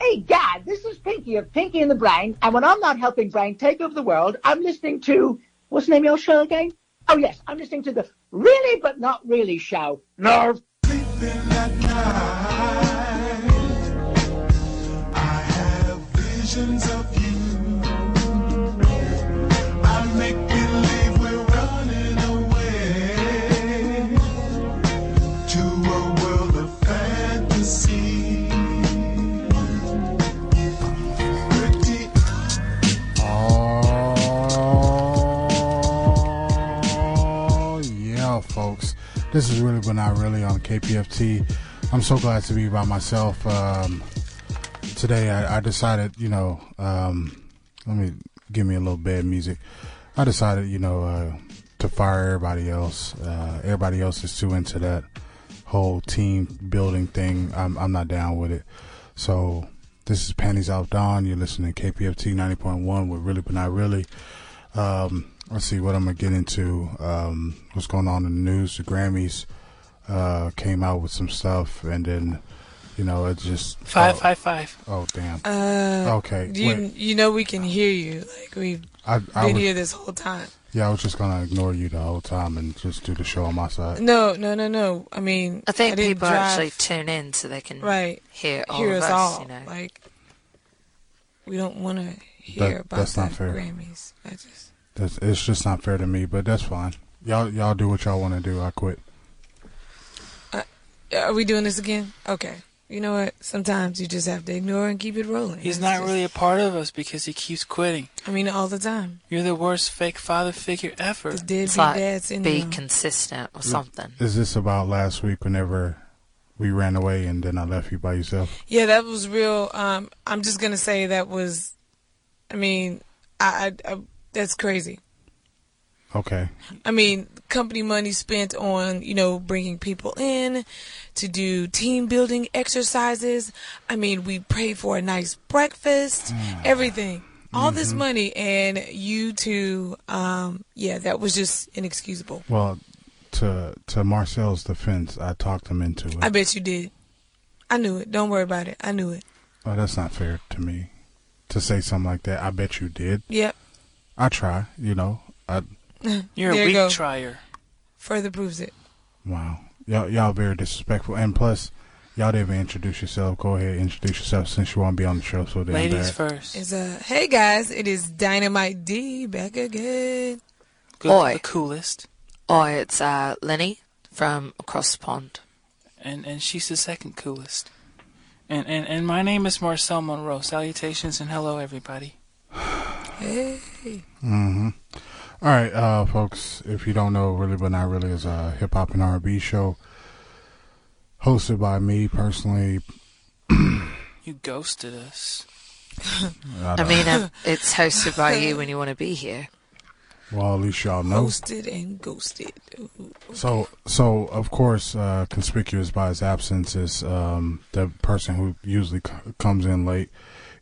Hey, Gad, this is Pinky of Pinky and the Brain. And when I'm not helping Brain take over the world, I'm listening to, what's the name of your show again? Oh, yes, I'm listening to the Really But Not Really show. Nerve. Sleeping at night, I have visions of you. I make believe we're running away to a world of fantasy. Pretty Oh, yeah, folks. This is really, but not really on KPFT. I'm so glad to be by myself. Um, today, I, I decided, you know, um, let me give me a little bad music. I decided, you know, uh, to fire everybody else. Uh, everybody else is too into that whole team building thing. I'm, I'm not down with it. So, this is Panties Out Don. You're listening to KPFT 90.1 with Really But Not Really. Um, let's see what I'm gonna get into. Um, what's going on in the news? The Grammys uh, came out with some stuff, and then you know it just Five, oh, five, five. oh, damn. Uh, okay. you wait. you know we can hear you. Like we've I, I been was, here this whole time. yeah, I was just gonna ignore you the whole time and just do the show on my side. No, no, no, no. I mean, I think didn't people drive, actually tune in so they can right hear all hear of us, us, all. you know. Like we don't want to hear That- about that's the not fair. Grammys. I just That's, it's just not fair to me, but that's fine. Y'all, y'all do what y'all want to do. I quit. are we doing this again? Okay. You know what? Sometimes you just have to ignore and keep it rolling. He's It's not just- really a part of us because he keeps quitting. I mean, all the time. You're the worst fake father figure ever. Mm. The deadbeat It's like dads in be the consistent or something. Is this about last week? Whenever we ran away and then I left you by yourself. Yeah, that was real. Um, I'm just gonna say that was. I mean, I, I, I that's crazy. Okay. I mean, company money spent on you know bringing people in to do team building exercises. I mean, we paid for a nice breakfast, everything, all this money, and you two. Um, yeah, that was just inexcusable. Well, to to Marcel's defense, I talked him into it. I bet you did. I knew it. Don't worry about it. I knew it. oh, that's not fair to me to say something like that. I bet you did. Yep. I try, you know. I You're There a you weak go. trier. Further proves it. wow. Y'all y'all very disrespectful. And plus, y'all didn't even introduce yourself. Go ahead, introduce yourself since you won't be on the show. So damn Ladies bad. first. It's a hey guys, it is Dynamite D back again. Good, Oi. the coolest. Or it's uh, Lenny from across the pond. And and she's the second coolest. And and, and my name is Marcel Monroe. Salutations and hello everybody. Hey, Mm-hmm. All right, uh, folks. If you don't know, really, but not really, is a hip hop and R and B show hosted by me personally. You ghosted us. I mean, um, it's hosted by you when you want to be here. Well, at least y'all know. ghosted and ghosted. Ooh. So, so of course, uh, conspicuous by his absence is um, the person who usually c- comes in late.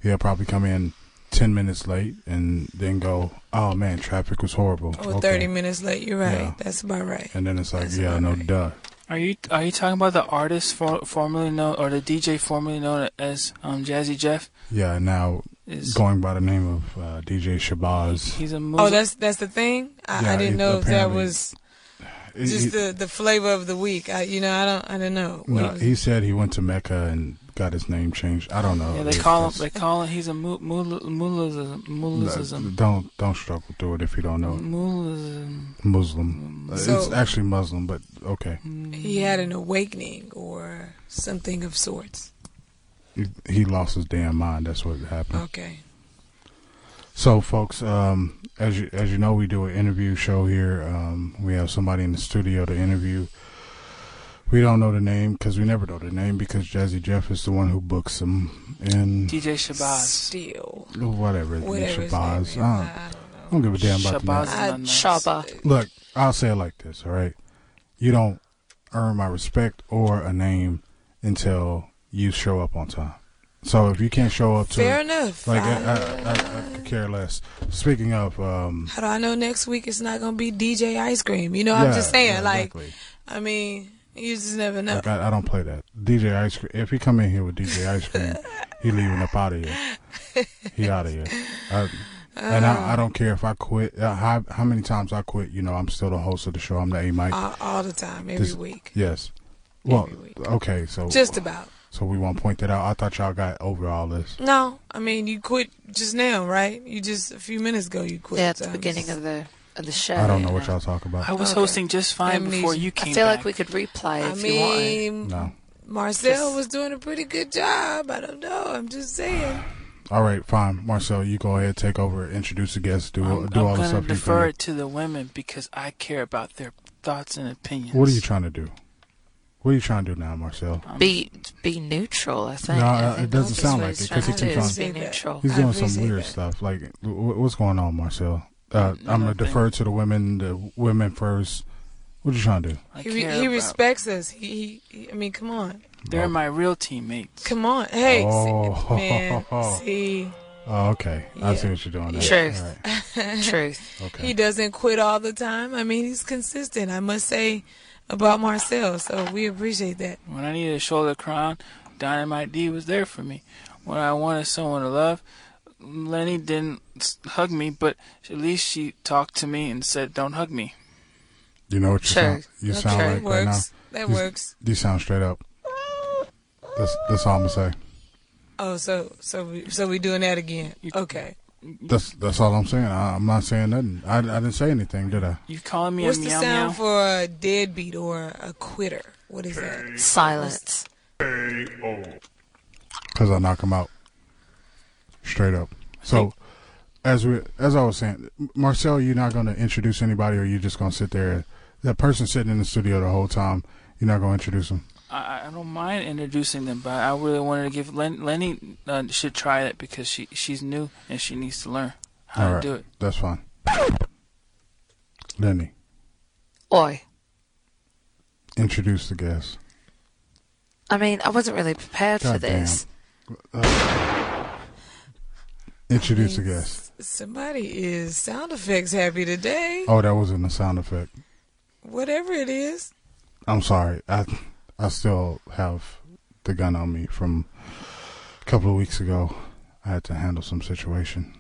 He'll probably come in ten minutes late and then go, "Oh man, traffic was horrible." Oh, 30 minutes late. You're right. Yeah. That's about right. And then it's like, That's "Yeah, about no, right. duh." Are you are you talking about the artist for, formerly known or the DJ formerly known as um, Jazzy Jeff? Yeah, now Is going by the name of uh, DJ Shabazz. he's a Oh, Muslim? that's that's the thing. I, Yeah, I didn't it- know if that apparently- was He- just he- the, the flavor of the week. I, you know, I don't I don't know. What no, was- he said he went to Mecca and got his name changed. I don't know. yeah, they It's- call him. it's- They call him. He's a mu- mul- mulism. Mulism. Don't don't struggle through it if you don't know. Mulism. Muslim. Uh, it's Mm. So- actually Muslim, but okay. he had an awakening or something of sorts. He, he lost his damn mind. That's what happened. Okay. So, folks, um, as you, as you know, we do an interview show here. Um, we have somebody in the studio to interview. We don't know the name because we never know the name because Jazzy Jeff is the one who books them and DJ Shabazz. Still. whatever. Whatever his name Shabazz. is. I don't, I I don't know. don't give a damn about the name. Shabazz. I- Uh, Nice. Shaba. Look, I'll say it like this, all right? You don't earn my respect or a name until you show up on time. So if you can't show up to Fair enough. like I- I, I, I, I could care less. Speaking of um How do I know next week it's not gonna be DJ Ice Cream? You know, I'm yeah, just saying, yeah, like, exactly. I mean, You just never know. Like, I, I don't play that. DJ Ice Cream. If he come in here with DJ Ice Cream, he leaving up out of here. He out of here. I, and I, I don't care if I quit. Uh, how how many times I quit? You know, I'm still the host of the show. I'm the A Mike. All, all the time, every This- Uh, week. Yes. Well, Every week. okay. So Just about. so we won't point that out. I thought y'all got over all this. No, I mean, you quit just now, right? You just, a few minutes ago, you quit. Yeah, at the so I'm beginning just- of the of the show. I don't know you what y'all talk about. I was Okay. hosting just fine before Amnesia. you I came. feel back. like we could replay I if you want. mean, no. Marcel Just- was doing a pretty good job. I don't know. I'm just saying. All right, fine. Marcel, you go ahead, take over, introduce the guests, do I'm, do I'm all the gonna stuff you defer can. it to the women because I care about their thoughts and opinions. What are you trying to do? What are you trying to do now, Marcel? Um, Um, Be be neutral. I think. No, I uh, think it doesn't that's sound what like he's it, 'cause trying he to do keeps is on- be neutral. He's I doing some appreciate weird that. stuff. Like, wh- what's going on, Marcel? Uh, I'm gonna Nothing. defer to the women. The women first. What you trying to do? I He, re- care he about- respects us. He, he, he, I mean, come on. They're my real teammates. Come on. Hey, see- Oh. man. See, Oh, okay, I Yeah. see what you're doing. There. Truth. All right. Truth. Okay. he doesn't quit all the time. I mean, he's consistent, I must say, about Marcel. So we appreciate that. When I needed a shoulder crown, Dynamite D was there for me. When I wanted someone to love, Lenny didn't s- hug me, but at least she talked to me and said, "Don't hug me." you know what you Sure. sound, you sound okay, like right now. works. that You- works. You sound straight up. That's that's all I'm gonna say. Oh, so so we so we doing that again. Okay. That's that's all I'm saying. I, I'm not saying nothing. I, I didn't say anything, did I? You calling me What's a the meow sound meow? for a deadbeat or a quitter? What is that? Silence. because I knock him out straight up. So as we as I was saying, Marcel, you're not going to introduce anybody, or you're just going to sit there. That person sitting in the studio the whole time, you're not going to introduce them. I, I don't mind introducing them, but I really wanted to give Len, Lenny uh, should try it because she she's new and she needs to learn how All to right, do it. that's fine. Lenny, Oi. introduce the guest. I mean, I wasn't really prepared for God Uh, this. Introduce the guest. Somebody is sound effects happy today. Oh, that wasn't a sound effect. Whatever it is. I'm sorry. I I still have the gun on me from a couple of weeks ago. I had to handle some situation.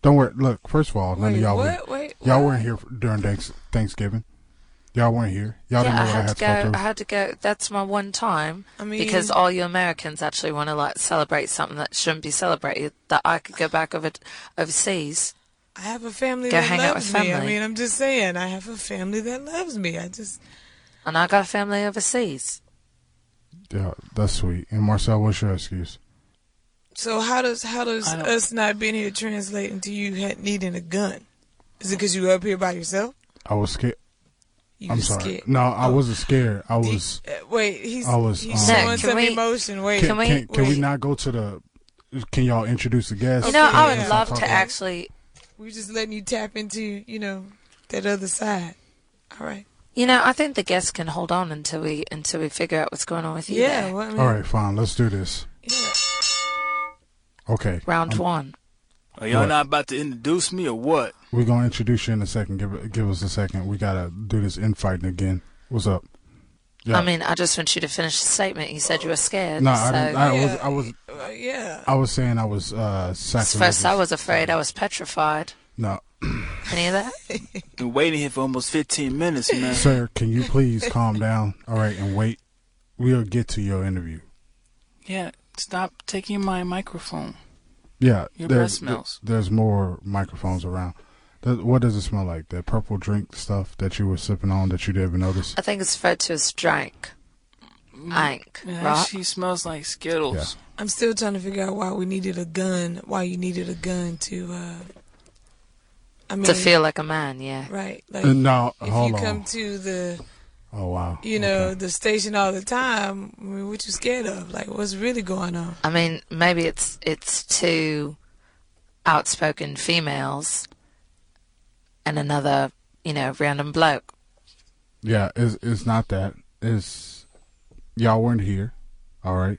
Don't worry. Look, first of all, none of Wait, y'all what? were Wait, y'all what? weren't here for- during thanks, Thanksgiving. Y'all weren't here. Y'all didn't know Yeah, I what I had had to to go go. I through. had to go. That's my one time. I mean- because all you Americans actually want to like celebrate something that shouldn't be celebrated. That I could go back over overseas. I have a family Go that hang out loves with me. I family. mean, I'm just saying, I have a family that loves me. I just And I got family overseas. Yeah, that's sweet. And Marcel, what's your excuse? so how does how does I don't- us not being here translate into you had, needing a gun? Is it because you were up here by yourself? I was scared. You I'm were sorry. scared. No, I Oh. wasn't scared. I You- was. uh, wait, he's I was, he's um, showing Nick, can some we- emotion. Wait, Can, we- can, can we wait. not go to the? Can y'all introduce the guest? You know, Okay. I would Yeah. love to Talk about- actually. we're just letting you tap into you know that other side. All right. You know, I think the guests can hold on until we until we figure out what's going on with you. Yeah. there. Well, I mean, All right, fine. Let's do this. yeah. Okay. Um, Round one. Are y'all What? not about to introduce me or what? We're gonna introduce you in a second. Give give us a second. We gotta do this infighting again. What's up? Yeah. I mean, I just want you to finish the statement. You said you were scared. no, so I, didn't, I Yeah. was I was Uh, yeah. I was saying I was uh sacrilegious. first I was afraid. I was petrified. No, Any of that? Been waiting here for almost 15 minutes, man. sir, can you please calm down? All right, and wait. We'll get to your interview. Yeah, stop taking my microphone. Yeah, Your there's breath smells. there's more microphones around. Th- what does it smell like? That purple drink stuff that you were sipping on that you didn't even notice. I think it's referred to as drank. Ank, It right? actually smells like Skittles. Yeah. I'm still trying to figure out why we needed a gun. Why you needed a gun to? uh I mean, To feel like a man, yeah. right. Like Uh, no, if hold you on. come to the oh wow. you know Okay. the station all the time, I mean, what you scared of? Like what's really going on? I mean, maybe it's it's two outspoken females and another, you know, random bloke. Yeah, it's it's not that. It's y'all weren't here, all right.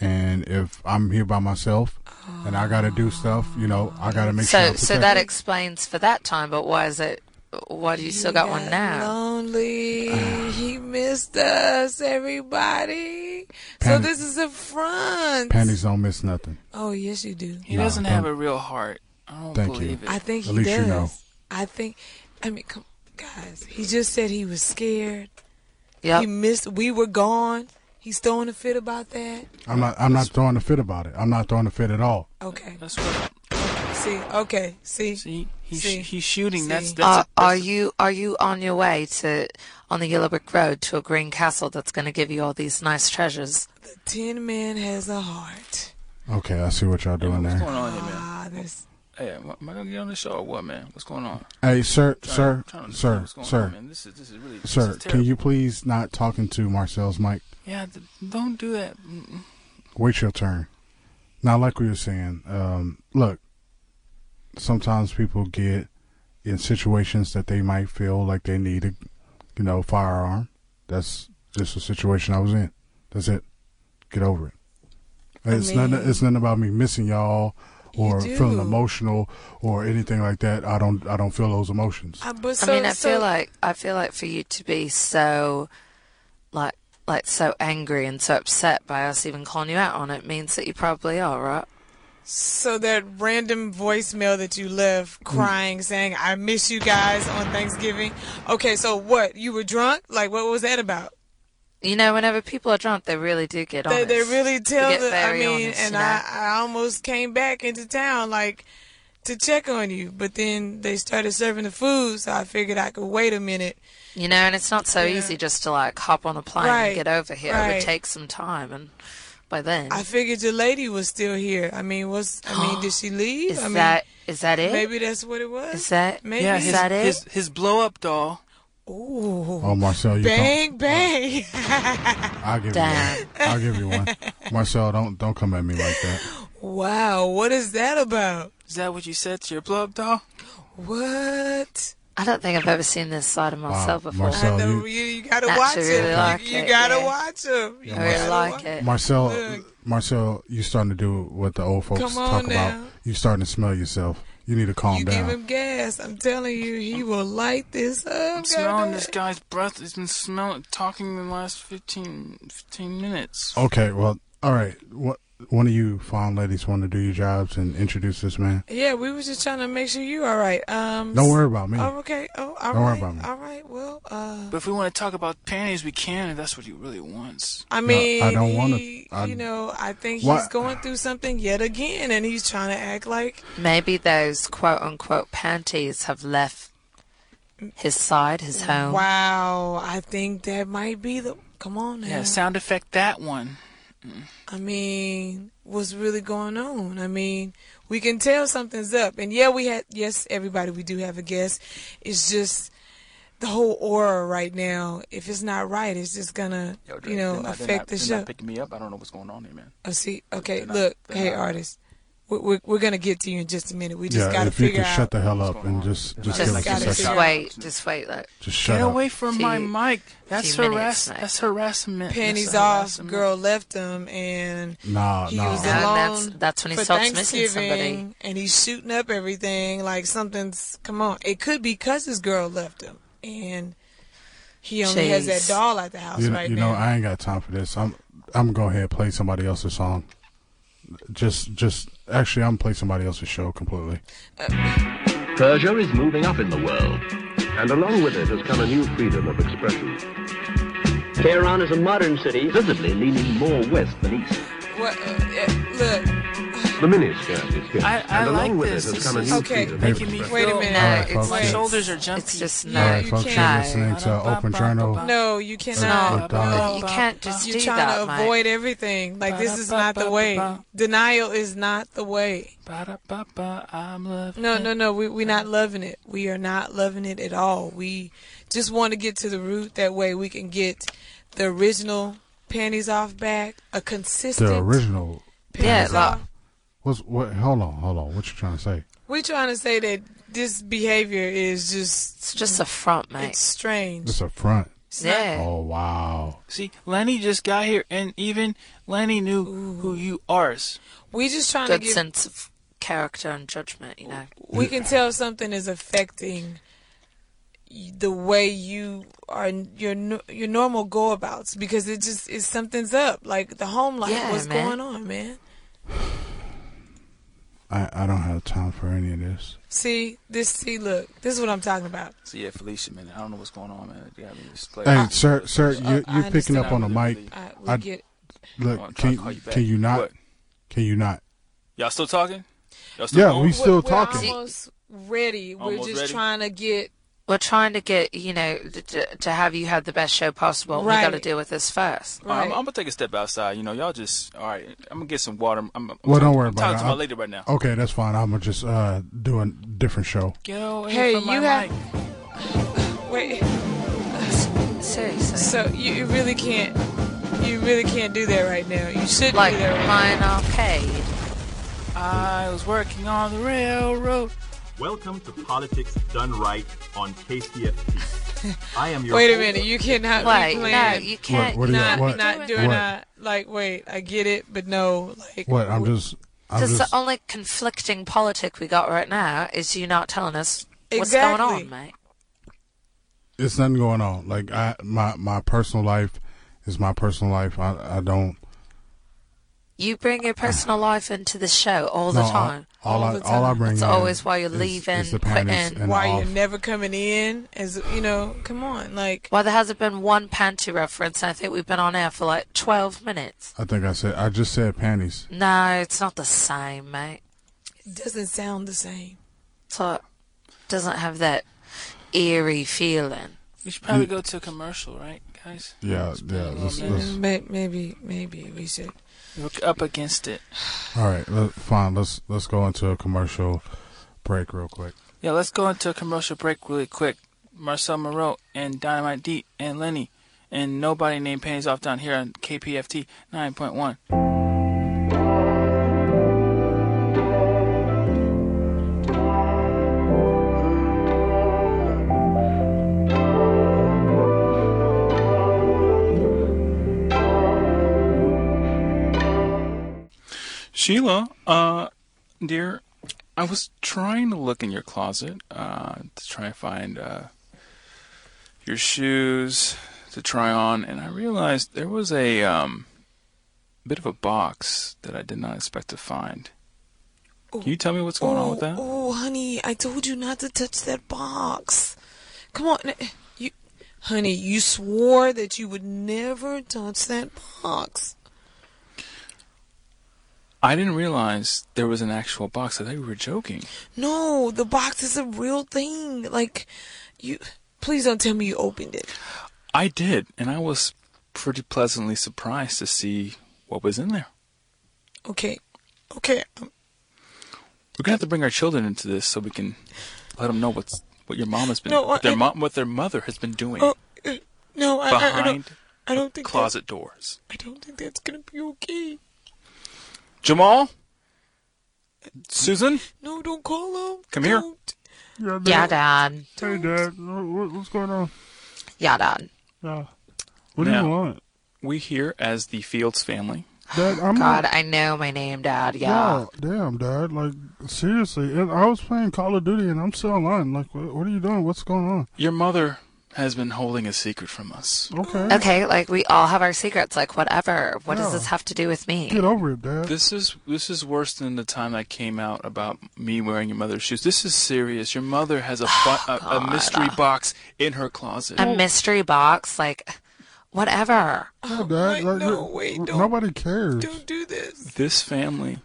And if I'm here by myself and I gotta do stuff, you know, I gotta make sure. so I'm so that protected. explains for that time, but why is it why do you still got one now? Lonely. he missed us, everybody. Pan- so this is a front. Panties don't miss nothing. Oh yes, you do. He Nah, doesn't have don't- a real heart. I don't Thank you. believe it. I think At he least you does. know. I think. I mean, come, guys. He just said he was scared. He Yep. missed. We were gone. He's throwing a fit about that. I'm not. I'm not throwing a fit about it. I'm not throwing a fit at all. Okay. That's what. See. Okay. See. See, he's See. he's shooting. That's See. Uh, that's. a- are, Uh, are that's a- you are you on your way to on the yellow brick road to a green castle that's going to give you all these nice treasures? The Tin Man has a heart. Okay, I see what y'all doing What's there. going on here, man? Ah, that's Hey, am am I gonna get on the show or what, man? What's going on? Hey, sir, Trying- sir, trying to understand sir, what's going on, sir, man. This is this is really. this sir. is Can you terrible. please not talking to Marcel's mic? Yeah, th- don't do that. Mm-mm. Wait your turn. Now, like we were saying, um, look, sometimes people get in situations that they might feel like they need a, you know, firearm. That's just a situation I was in. That's it. Get over it. It's mean- nothing. It's nothing about me missing y'all or You do. feeling emotional or anything like that. I don't. I don't feel those emotions. I, uh, but I so, mean, I so- feel like I feel like for you to be so like like so angry and so upset by us even calling you out on it means that you probably are, right? so that random voicemail that you Mm. left crying, saying, I miss you guys on Thanksgiving. Okay, so what? You were drunk? Like, what was that about? You know, whenever people are drunk, they really do get They, honest. they really tell get the, I very mean, honest, and you know? I, I almost came back into town, like, to check on you, but then they started serving the food, so I figured I could wait a minute. You know, and it's not so Yeah. easy just to like hop on a plane Right, and get over here. It right. would take some time, and by then, I figured your lady was still here. I mean, what's, I mean, did she leave? is I mean, that is that it? maybe that's what it was. Is that maybe. Yeah, Is his that it? his his blow up doll. Ooh. Oh, Marcel, you don't. Bang, bang. I'll give you Damn. one. I'll give you one. Marcel, don't don't come at me like that. Wow, what is that about? Is that what you said to your blow up doll? What? I don't think I've ever seen this side of myself before. Marcel- Oh, I know you, you- you gotta Actually watch really him. You- like you, it, gotta yeah. watch him. You I really gotta like watch- it. Marcel, Look. Marcel, you starting to do what the old folks Come on talk now. about. You starting to smell yourself. You need to calm You down. give him gas. I'm telling you, he will light this up. I'm smelling goddamn. this guy's breath. He's been smelling, talking the last 15, 15 minutes. okay, well, all right. What one of you fine ladies want to do your jobs and introduce this man? Yeah, we were just trying to make sure you all right. Um, Don't worry about me. Oh, okay. Oh, all Don't worry right. about me. All right. Well, uh, But if we want to talk about panties, we can. If that's what he really wants. I No, mean, I don't wanna- he- I- you know, I think Why- he's going through something yet again, and he's trying to act like Maybe those quote unquote panties have left his side, his home. Wow, I think that might be the. Come on now. Yeah, sound effect that one. I mean, what's really going on? I mean, we can tell something's up. And yeah, we had, yes, everybody, we do have a guest. It's just the whole aura right now. If it's not right, it's just gonna, you know, affect the they're show. Not picking me up. I don't know what's going on here, man. Oh, see, okay, they're not- look, they're hey, not- artists, we're, we're, we're gonna get to you in just a minute. We just yeah, gotta if you figure can out. shut the hell up what's and going on. just They're just not give Just, us gotta a just figure second. out- wait, just wait. Look, Just Get shut up. away from my Few- mic. That's few minutes, harass. mate. That's harassment. Panties That's off, harassment. girl left him, and Nah, He was And nah. alone. alone. that's- that's when he for starts missing somebody. Thanksgiving, And he's shooting up everything like something's. Come on, it could be because his girl left him, and he only has Jeez. that doll at the house You, right you now. know, I ain't got time for this. I'm I'm gonna go ahead and play somebody else's song. Just just actually I'm gonna play somebody else's show completely. Persia is moving up in the world, and along with it has come a new freedom of expression. Tehran is a modern city, visibly leaning more west than east. what, uh, eh, uh, look, The miniskirt is here, I- I and along like with this. it has This come a is- new Okay. freedom. of Making me expression. wait a feel- minute. No, right, it's folks, My yeah. just, shoulders are jumpy. it's just No, All no. right, you folks, can't. you're listening to Open Journal. no, you cannot. No. With Donna. You can't just You're do trying that, to mate. avoid everything. Like this is not the way. Denial is not the way. Ba-da-ba-ba, I'm loving No, it. no, no. We we're not loving it. We are not loving it at all. We just want to get to the root. That way, we can get the original panties off back. A consistent. The original Yeah, panties like- off. What's what? Hold on, hold on. What you trying to say? We're trying to say that this behavior is just It's just a front, mate. it's strange. It's a front. It's not- yeah. Oh wow. See, Lenny just got here, and even Lenny knew who you are. we just trying Good to get. sense of character and judgment, you know. We can tell something is affecting the way you are your n- your normal go abouts because it just is something's up like the home life Yeah, what's man. going on man I, I don't have time for any of this. see this see look this is what i'm talking about So yeah, Felicia, man, I don't know what's going on, man. You got me just like, Hey, sir, sir, you, I you're picking understand. up on the mic. I, we I- get I wanna Look, try can, to call you back. can you not? What? Can you not? Y'all still talking? Y'all Yeah, going? we still we're, talking. we're almost ready we're Almost just ready? trying to get We're trying to get, you know, to- to, to have you have the best show possible. We got to Right. deal with this first. All right, right I'm, I'm gonna take a step outside. You know, y'all just all right. I'm gonna get some water. I'm, I'm, Well, don't worry I'm about talking it. to my I'll- lady right now. Okay, that's fine. I'm gonna just uh, do a different show. Get away Hey, from my you have- mic. wait Seriously. so you, you really can't you really can't do that right now you should like do that right Lion Arcade. I was working on the railroad. Welcome to Politics Done Right on KCFT. I am your Wait a host- minute, you cannot Wait, be no, playing. you can't. what do you- not What? not doing What? that. Like, wait, I get it, but no, like What? I'm just. I'm Because just the only conflicting politic we got right now is you not telling us what's going Exactly. on, mate. it's nothing going on. Like I, my my personal life is my personal life. I I don't. You bring your personal life into the show all the no, I- time. all, All I the all I time. bring. It's in always why you're is- leaving, is the panties quitting. and why off. you're never coming in as you know, come on, like Why there hasn't been one panty reference, and I think we've been on air for like 12 minutes. I think I said I just said panties. No, it's not the same, mate. it doesn't sound the same. So it doesn't have that eerie feeling. We should probably go to a commercial, right, guys? Yeah, yeah. Let's, let's, mm, May- Maybe maybe we should We're up against it. all right, let, fine. Let's let's go into a commercial break real quick. Yeah, let's go into a commercial break really quick. Marcel Moreau and Dynamite D and Lenny and nobody named Panties Off down here on KPFT 9.1. Sheila, uh, dear, I was trying to look in your closet uh, to try and find uh, your shoes to try on, and I realized there was a um, bit of a box that I did not expect to find. Can you tell me what's going on with that? Oh, honey, I told you not to touch that box. Come on, n- you, honey, you swore that you would never touch that box. I didn't realize there was an actual box. I thought you were joking. No, the box is a real thing. Like, you, please don't tell me you opened it. I did, and I was pretty pleasantly surprised to see what was in there. Okay, okay, um, We're gonna have to bring our children into this so we can let them know what's what your mom has been, No, what their I- mom, what their mother has been doing oh, uh, no, I, I, I behind don't, I don't think that, closet doors. I don't think that's gonna be okay. Jamal, Susan, No, don't call him. Come here. Don't. Yeah, Dad. Hey, Dad, what, what's going on? Yeah, Dad. What do you Now. want, we here as the Fields family. Dad? I'm God, I know my name, Dad. Yeah. damn, Dad. Like seriously, and I was playing Call of Duty, and I'm still online. Like, what, what are you doing? What's going on? Your mother has been holding a secret from us. Okay, Okay, like we all have our secrets. Like whatever. What does Yeah. this have to do with me? over it, Dad. This is this is worse than the time that came out about me wearing your mother's shoes. This is serious. Your mother has a fu- a, a mystery box in her closet. a mystery box, like whatever. Yeah, Oh, Dad, Wait, like, no, you- wait, don't, nobody cares. don't do this. This family,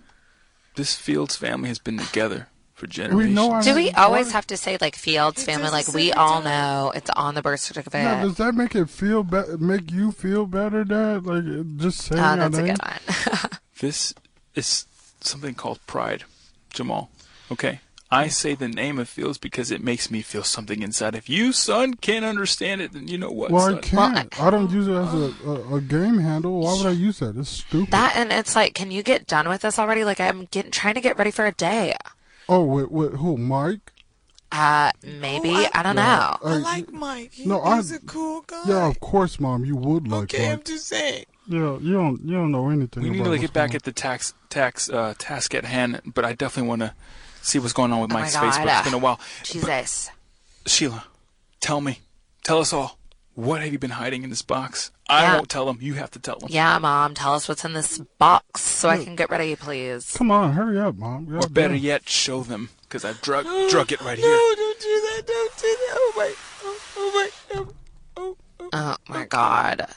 this Fields family, has been together for generations. We know I Do we haven't- always why- have to say like Fields It family? doesn't Like say we it all does. know it's on the birth Yeah, certificate. does that make it feel better? Make you feel better, Dad? Like it- just saying Oh, our that's a name. good one. This is something called pride, Jamal. Okay? I say the name of Fields because it makes me feel something inside. If you, son, can't understand it, then you know what, Well, I son? can't. I don't use it as a, a, a game handle. Why would I use that? It's stupid. that and it's like, can you get done with this already? Like I'm getting trying to get ready for a day. oh, wait, wait, who? Mike? Uh, maybe Oh, I- I don't know. I Hey, like Mike. He, no, I- he's a cool guy. Yeah, of course, Mom. You would like okay, I'm Mike. just saying. Yeah, you don't. You don't know anything. We need about to like, what's get back going at the tax tax uh, task at hand, but I definitely want to see what's going on with Oh my Mike's God, Facebook. It's uh, been a while. Jesus. Sheila, Tell me. Tell us all. What have you been hiding in this box? I Yeah. won't tell them. You have to tell them. Yeah, Mom, tell us what's in this box so I can get ready, please. Come on, hurry up, mom. Or better yet, show them, because I've drug, drug it right no, here. don't do that. Don't do that. Oh my. Oh, oh my. um, Oh, oh. Oh my God.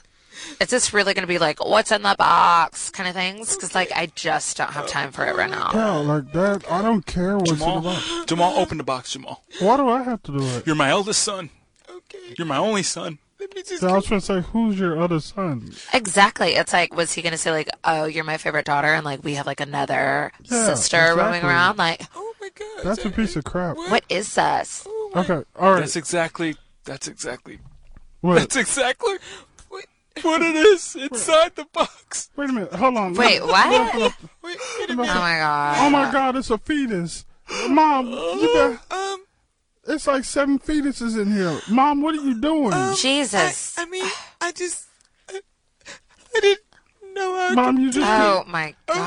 Is this really going to be like, what's in the box kind of things? Because, like, I just don't have time for it right now. Yeah, like that. I don't care what's in the Jamal, box. Jamal, open the box, Jamal. Why do I have to do it? You're my eldest son. Okay. You're my only son. Let me just. I was trying to say, who's your other son? Exactly. It's like, was he going to say, like, oh, you're my favorite daughter, and, like, we have, like, another Yeah, sister roaming exactly. around? Like, Oh my God. That's a piece of crap. what is this? Oh my. Okay, all right. That's exactly. That's exactly. wait, That's exactly what it is inside the box. wait a minute. Hold on. Wait, Let- what? let- let- Wait, wait a Oh, my minute. God. Oh my God, it's a fetus. Mom, you got, Uh, Um. it's like seven fetuses in here. Mom, what are you doing? Um, um, I, Jesus. I mean, I just. I, I didn't know how. Mom, you just Oh, my Oh, I'm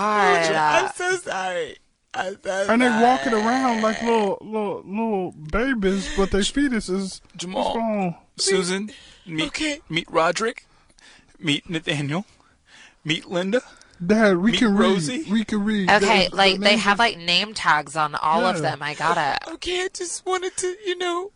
God. so sorry. I'm so and they sorry. walking around like little little little babies, but they fetuses. What's Jamal, wrong? Susan, meet Okay. meet Roderick, meet Nathaniel, meet Linda. Dad, we Meet can read. Rosie? We can read. Okay, There's- like, the they names- have, like, name tags on all of Yeah. them. I got it. Okay, I just wanted to, you know,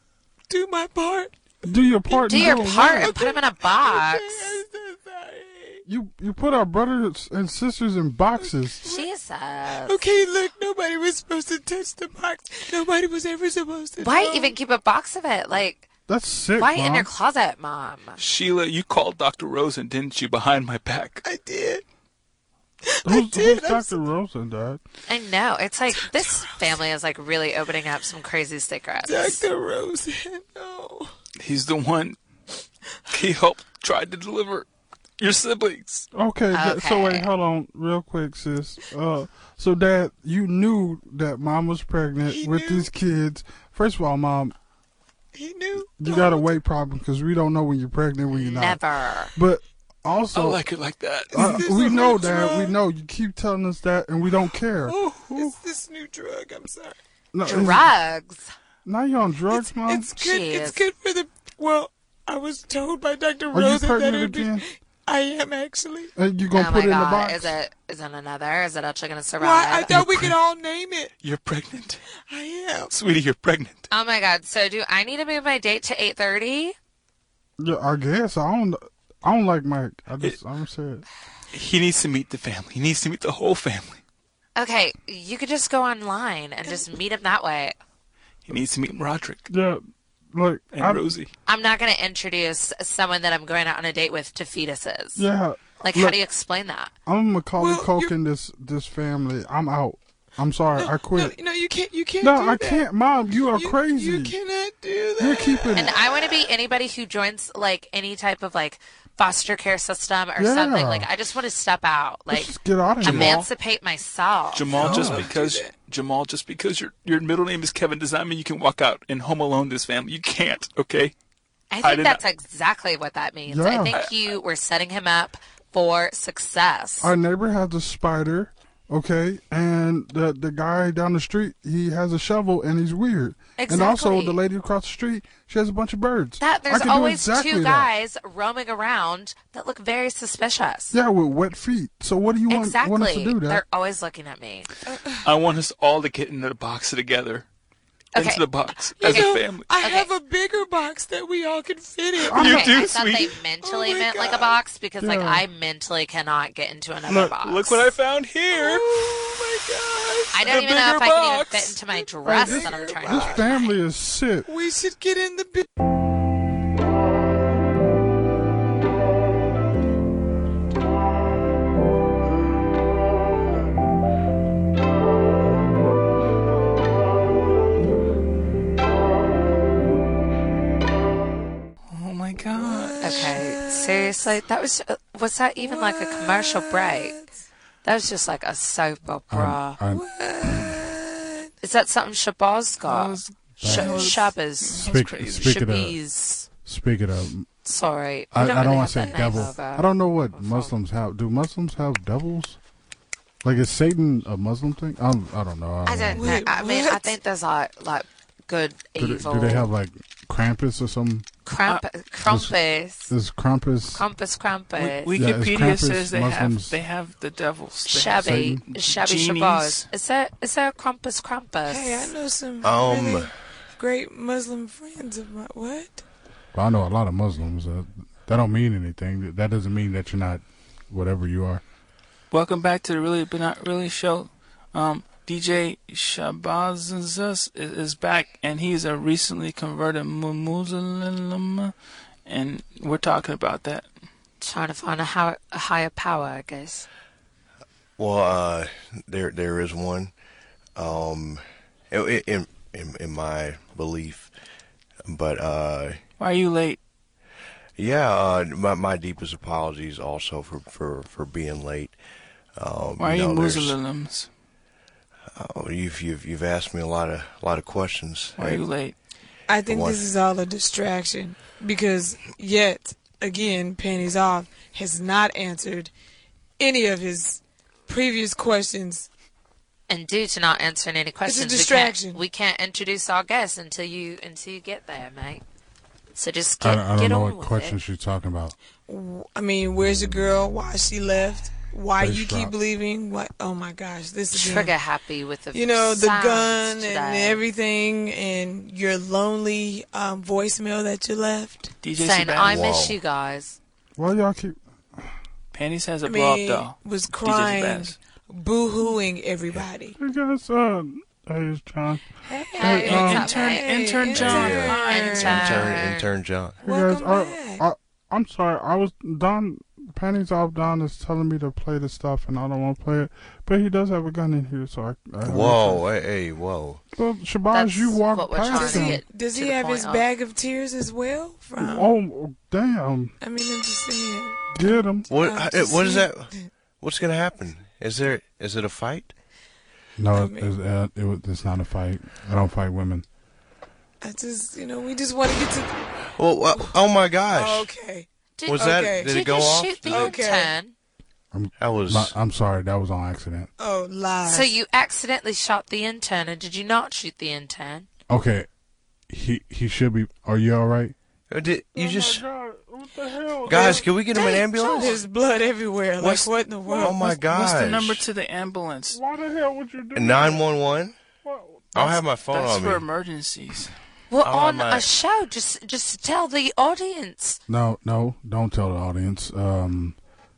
do my part. Do your part. Do and your do it part well. and put him in a Okay, box. I'm so sorry. You you put our brothers and sisters in boxes. Jesus. Okay, look, nobody was supposed to touch the box. Nobody was ever supposed to. Why know. even keep a box of it? Like, That's sick, why Mom. in your closet, Mom? Sheila, you called Dr. Rosen, didn't you, behind my back? I did. Who's, who's did, I'm Dr. Rosen, Dad? I know. It's like this family is like really opening up some crazy secrets. Dr. Rosen. Oh. He's the one he helped tried to deliver your siblings. Okay, th- so Okay. wait, hold on, real quick, sis. Uh, so Dad, you knew that Mom was pregnant He with knew. these kids. First of all, Mom, He knew. you got a weight problem because we don't know when you're pregnant when you're not. Never. But I also, like it like that. uh, this we a know, new Dad. We drug? know. You keep telling us that, and we don't care. Oh, it's this new drug. I'm sorry. No, it's- Drugs. Now you're on drugs, Mom. It's good. It's Jeez. good for the. Well, I was told by Dr. Are you Rosen that it pregnant would again? be. I am actually. And you gonna Oh put my it in the god. box? Is it is it another? Is it actually gonna Why? I survive? thought we could all name it. You're pregnant. I am. Sweetie, you're pregnant. Oh my god. So do I need to move my date to eight thirty? Yeah, I guess I don't. I don't like Mike. I just I'm sad. He needs to meet the family. He needs to meet the whole family. Okay, you could just go online and just meet him that way. He needs to meet Roderick Yeah, like and I, Rosie. I'm not gonna introduce someone that I'm going out on a date with to fetuses. yeah. Like how look, do you explain that? I'm Macaulay Well, Culkin. you're- This this family. I'm out. I'm sorry. I No, quit. no, you can't. You can't. No, do I that. can't, Mom. You are You- crazy. You cannot do that. You're keeping And it. I want to be anybody who joins like any type of like foster care system or Yeah. something. Like I just want to step out, like Let's just get out of here. emancipate myself. Jamal, just God. because Jamal, just because your your middle name is Kevin, does not mean you can walk out and home alone this family. You can't, okay? I I think did that's not- exactly what that means. Yeah. I think you were setting him up for success. Our neighbor has a spider. Okay, and the the guy down the street, he has a shovel and he's weird. And also Exactly. the lady across the street, she has a bunch of birds. I that there's can do always exactly two that. guys roaming around that look very suspicious. Yeah, with wet feet. So what do you want, exactly. want us to do, Dad? They're always looking at me. I want us all to get into the box together, Okay. into the box You as know, a family. I Okay. have a bigger box that we all can fit in. I'm You not- do, I thought sweetie. they mentally Oh my meant like a God. box because like Yeah. I mentally cannot get into another Look- box. Look what I found here. Oh my I don't The even know if bigger I can even box. fit into my dress Oh, this- that I'm trying This to. family is sick. God. We should get in the big. Oh my god. Okay, seriously, that was uh, was that even like a commercial break? That was just like a soap opera. Is that something Shabazz got? Sh- Shabbaz. Speak, crazy. speaking of, Shabiz. speaking of, Sorry, I, we I don't really want to say have that uh, name devil. over. I don't know what Muslims have. Do Muslims have devils? Like is Satan a Muslim thing? I'm, I don't know. I I don't know. don't know. I mean, I think there's like like good Do, they, evil. do they have like Krampus or some. Cramp- Krampus. Is Krampus? Compass Krampus. Wi- Yeah, it's Wikipedia Krampus, says they Muslims. have they have the devils. They have Shabby. Satan. Shabby Genies. Shabazz. Is there, is there a Krampus Krampus? Hey, I know some Uh, Um. really great Muslim friends of mine. What? Well, I know a lot of Muslims. Uh, that don't mean anything. That- That doesn't mean that you're not whatever you are. Welcome back to the Really But Not Really show. Um, DJ Shabazz is, is back, and he's a recently converted mu- Muslim, and we're talking about that. Trying to find a, how- a higher power, I guess. Well, uh, there there is one. Um, in in in, in my belief, but uh, Why are you late? yeah, uh, my my deepest apologies also for for for being late. Um, Why are you know, there's- Muslims? Oh, you've you've you've asked me a lot of lot of questions. Why are you late? I think What? this is all a distraction because yet again, Panties Off has not answered any of his previous questions. And due to not answering any questions, distraction. We, can't, we can't introduce our guests until you until you get there, mate. So just I, get, I get don't know on what with questions you're talking about. W- I mean, where's the girl? Why she left? Why Face you drop. keep believing? What? Oh my gosh, this it. is Trigger happy with the you know the sounds gun today. and everything and your lonely um, voicemail that you left DJ Saying I Shabazz. miss Whoa. you guys. Well, y'all keep. Panties has a I blow mean, up was doll. DJ crying Shabazz. boo-hooing everybody You guys, uh, hey, it's John. um, Hey, what's up, intern, mate? intern John. Intern. Intern, intern John. You Welcome guys, back. I, I, I'm sorry. I was Don. Panties off. Don is telling me to play this stuff, and I don't want to play it. But he does have a gun in here, so I. I Whoa, hey, hey, whoa. Well, Shabazz, That's you what walked we're past trying to him. get. does To he the have point his of- bag of tears as well from Oh, damn! i mean i'm just saying Get him. What? Um, Uh, I- just what is saying. that? What's gonna happen? Is there? Is it a fight? No, I it, mean- it's, uh, it, was- it's not a fight. I don't fight women. i just you know we just want to get to Well, wha- oh my gosh! oh, okay Did, Was okay. that? Did did it go you off? shoot the Okay. intern? That was. My, I'm sorry, that was on accident. oh lies So you accidentally shot the intern, and did you not shoot the intern? Okay, he he should be. Are you all right? Uh, Did Oh, Oh, you just? What the hell? Guys, can we get him an Dang, ambulance? there's blood everywhere like What's- what in the world Oh my gosh! What's the number to the ambulance? Why the hell would you do? Nine one one. I don't have my phone That's for on me. emergencies. We're Oh, on my- a show. Just, just tell the audience. No, no, don't tell the audience. Um,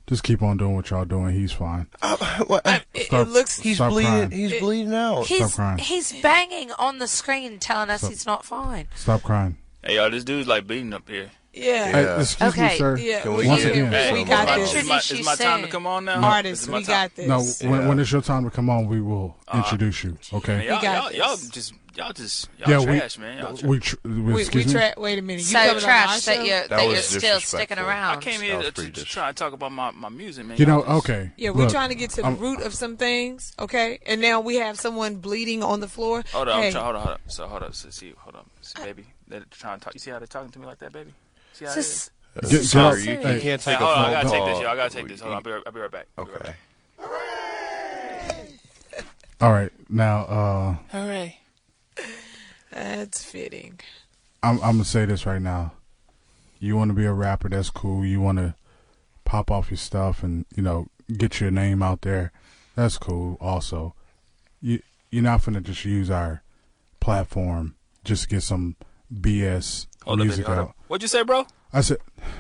just keep on doing what y'all doing. He's fine. Uh, what? it, Stop. it looks he's Stop bleeding. crying. He's bleeding out. He's, Oh, crying. he's banging on the screen, telling us he's not fine. Stop crying. Hey, y'all, this dude's like beating up here. yeah Hey, Yeah. excuse me, Okay. sir. yeah, Can we, we Once we- again, uh, we so got much. this Is my, is my Introduce time you to come on now? artists Is it my we time? got this No, when, Yeah. when it's your time to come on, we will introduce you. Okay. Hey, y'all, We got y'all, y'all this. just y'all just y'all Yeah, we trash, man. Y'all trash. we, tr- we, we, we excuse me. tra- wait a minute you So coming on our trash show? that you're that, That you're was still sticking disrespectful. I around. came That here was to, pretty to dis- try to talk about my, my music, man. you Y'all know, just- okay. Yeah, we're look, trying to get to the I'm- root of some things, okay? And now we have someone bleeding on the floor. Hold on, hey, I'm trying, hold on, hold up. So hold up, so see, hold up, see, baby. They're trying to talk. You see how they're talking to me like that, baby? See how it is? Just- Get- get Sir, off- you, you hey, can't Hey, take Oh, hold on, a I phone gotta take call. this, y'all. I gotta take this. Hold on, I'll be right, I'll be right back. I'll be right Okay. back. All right, now uh, Hooray! that's fitting. I'm I'm gonna say this right now. You want to be a rapper? That's cool. You want to pop off your stuff and you know get your name out there? That's cool. Also, you you're not gonna just use our platform just to get some BS Hold up, baby. music Hold out. up. What'd you say, bro? I said,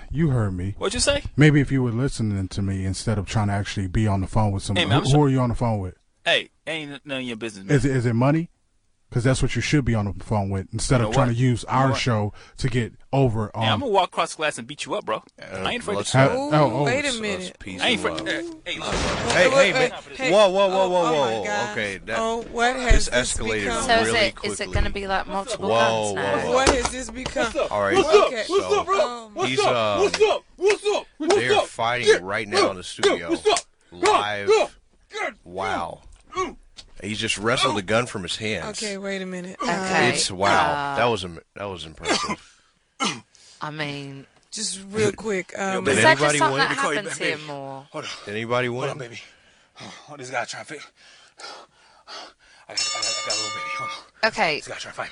you heard me. What'd you say? Maybe if you were listening to me instead of trying to actually be on the phone with someone, Hey, man, I'm who, so- who are you on the phone with? Hey, ain't none of your business, man. Is it is it money? Because that's what you should be on the phone with instead You of know trying what? to use You know our what? show to get over um, on. Hey, I'm gonna walk across the glass and beat you up, bro. I ain't afraid. Uh, Let's- To, How- oh, Ooh, oh, wait let's- let's a minute. piece I ain't him afraid. up. Uh, hey, look. Hey, hey, Wait, man. wait, Whoa, whoa, whoa, oh, whoa, oh whoa. my God. okay, that, oh, what has this escalated escalated. So Become? is Really it is it quickly. going to be like multiple Whoa, guns now? whoa, whoa. what has this become? all right. What's up? so What's up, bro? Oh, my- He's, uh, up? What's up? What's They're fighting right now in the studio. What's up? Live. Wow. He just wrestled a gun from his hands. Okay, Uh, wait a minute. Uh, Okay. Uh, It's wow. that was im- that was impressive. I mean, just real quick. Um, Did is that just anybody something want- Let that me call you happens back, here baby. more? Hold on. Did anybody win? Hold on, baby. Oh, this guy trying to fit. I got, I got, I got a little baby. Hold on. Okay, This guy trying to fight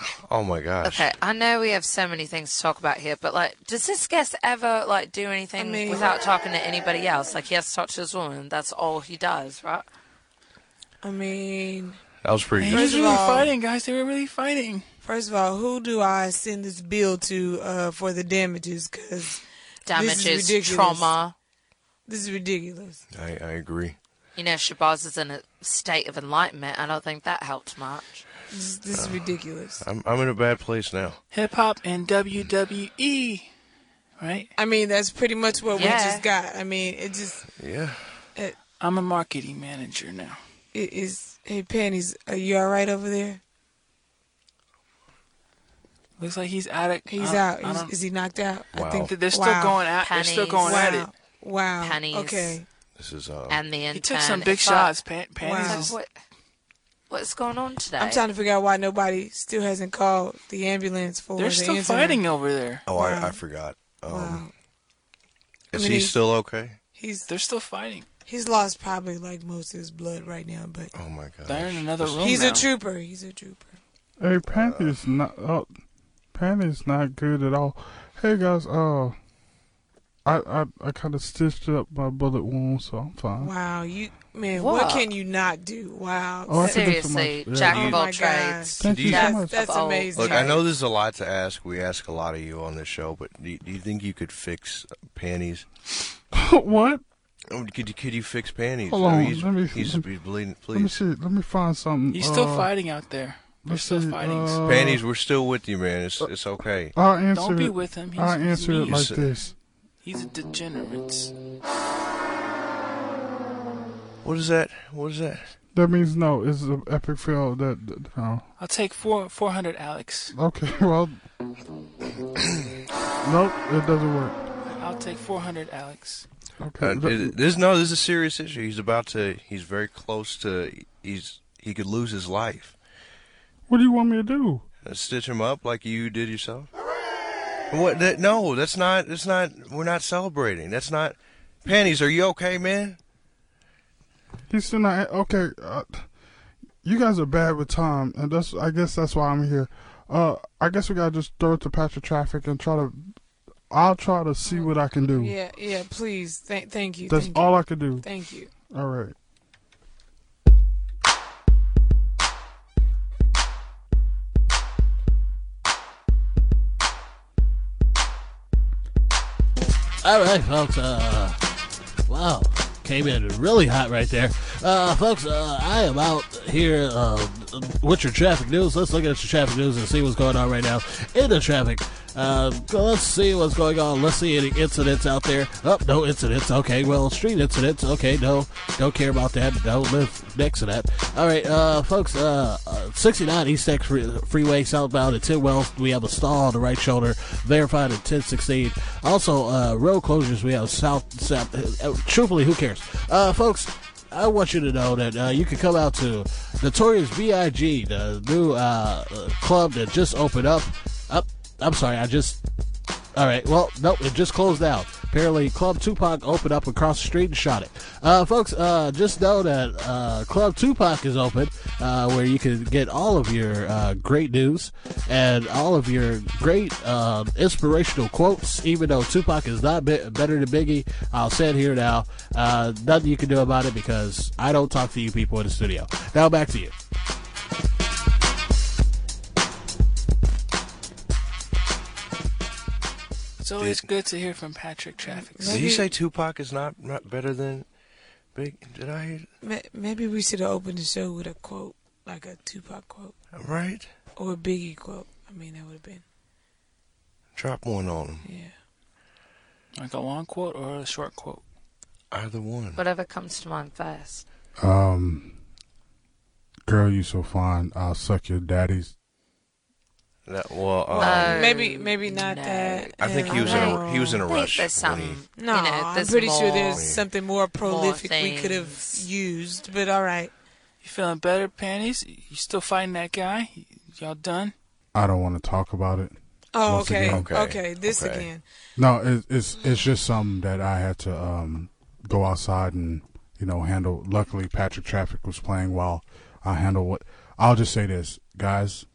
me. Oh my gosh. Okay, I know we have so many things to talk about here, but like, does this guest ever like do anything I mean- without talking to anybody else? Like, he has to talk to his woman. That's all he does, right? I mean, That was pretty They good. were First of really all- fighting, guys. They were really fighting. first of all, who do I send this bill to uh, for the damages? Because Damages, ridiculous. trauma. this is ridiculous. I, I agree. You know, Shabazz is in a state of enlightenment. I don't think that helped much. This, this is ridiculous. I'm I'm in a bad place now. Hip hop and WWE, right? I mean, that's pretty much what we Yeah. just got. I mean, it just Yeah. I'm a marketing manager now. it is. Hey, panties, are you all right over there? Looks like he's out of. He's I- out. I Is- don't- is he knocked out? Wow. I think that they're still Wow. going at. They're still going wow. at it. Wow. Panties. Okay. This is uh And the intern. He took some big It's like- shots. Pan- Panties Wow. is- What, what's going on today? I'm trying to figure out why nobody still hasn't called the ambulance for They're the still incident. fighting over there. Oh, Wow. I, I forgot. Um, Wow. Is I mean, he he- still okay? He's They're still fighting. he's lost probably like most of his blood right now, but Oh my god. They're in another room he's now. a trooper. He's a trooper. Hey, Panther's not. Uh, Panther's not good at all. Hey guys, uh, I I, I kind of stitched up my bullet wound, so I'm fine. Wow, you man, what, What? can you not do? Wow, Oh, I that's, think it's so much- Seriously, yeah. Jack Oh of all my trades. Thank you so Yes, much. that- that's Oh. amazing. Look, I know there's a lot to ask. We ask a lot of you on this show, but do, do you think you could fix panties? what? Oh, Could you could you fix panties? Hold I mean, on, he's, let me- he's, let me- he's bleeding. Let me Please, see. Let me find something. He's still uh, fighting out there. They're let's still see, fighting. uh, panties. We're still with you, man. It's it's okay. I'll answer. Don't be it- with him. He's, I'll he's answer it mean. like He's- this. He's a degenerate. What is that? What is that? That means no. It's an epic fail. That, that no. I'll take four four hundred, Alex. Okay. Well. nope. It doesn't work. I'll take four hundred, Alex. Okay. Uh, th- it- this no. This is a serious issue. He's about to. He's very close to. He's he could lose his life. what do you want me to do? Uh, Stitch him up like you did yourself. What? That, no, that's not. That's not. We're not celebrating. That's not. Panties, are you okay, man? He's still not okay. Uh, you guys are bad with time, and that's I guess that's why I'm here. Uh, I guess we gotta just throw it to Patrick Traffic and try to. I'll try to see what I can do. yeah, yeah. Please, thank, thank you. that's thank all You. I can do. Thank you. All right. All right, folks. Uh, wow, came in really hot right there, uh, folks. Uh, I am out here uh, with your traffic news. Let's look at your traffic news and see what's going on right now in the traffic. Uh, so let's see what's going on. Let's see any incidents out there. Oh, no incidents. Okay, well, street incidents. Okay, no, don't care about that. Don't live next to that. All right, uh, folks. Uh, uh, 69 East X Free- Freeway southbound at 10 Wells. We have a stall on the right shoulder, verified at 1016. Also, uh, road closures. We have south south. Uh, truthfully, who cares, uh, folks? I want you to know that uh, you can come out to Notorious B.I.G., the new uh, uh, club that just opened up. Up, I'm sorry, I just all right. Well, nope. It just closed down. Apparently, Club Tupac opened up across the street and shot it. Uh, folks, uh, just know that uh, Club Tupac is open, uh, where you can get all of your uh, great news and all of your great um inspirational quotes. Even though Tupac is not be- better than Biggie, I'll say it here now. Uh, nothing you can do about it because I don't talk to you people in the studio. Now back to you. It's always good to hear from Patrick Traffic. Did you say Tupac is not, not better than Big? Did I hear Ma- Maybe we should have opened the show with a quote, like a Tupac quote right? or a Biggie quote. I mean, that would have been Drop one on him. yeah. Like a long quote or a short quote? Either one. Whatever comes to mind first. Um, girl, you so fine. I'll suck your daddy's. That, well, um, No. Maybe, maybe not No. that. I think and- he was in a Alright. he was in a I think rush. there's when some. he- No, you know, I'm there's pretty sure more. there's something more prolific we could have things. used, but all right. You feeling better, Panties? You still fighting that guy? Y- Y'all done? I don't want to talk about it. Oh, Once okay. again. okay, Okay, this okay. again. No, it, it's it's just something that I had to um go outside and you know handle. Luckily, Patrick Traffic was playing while I handle what. I'll just say this, guys.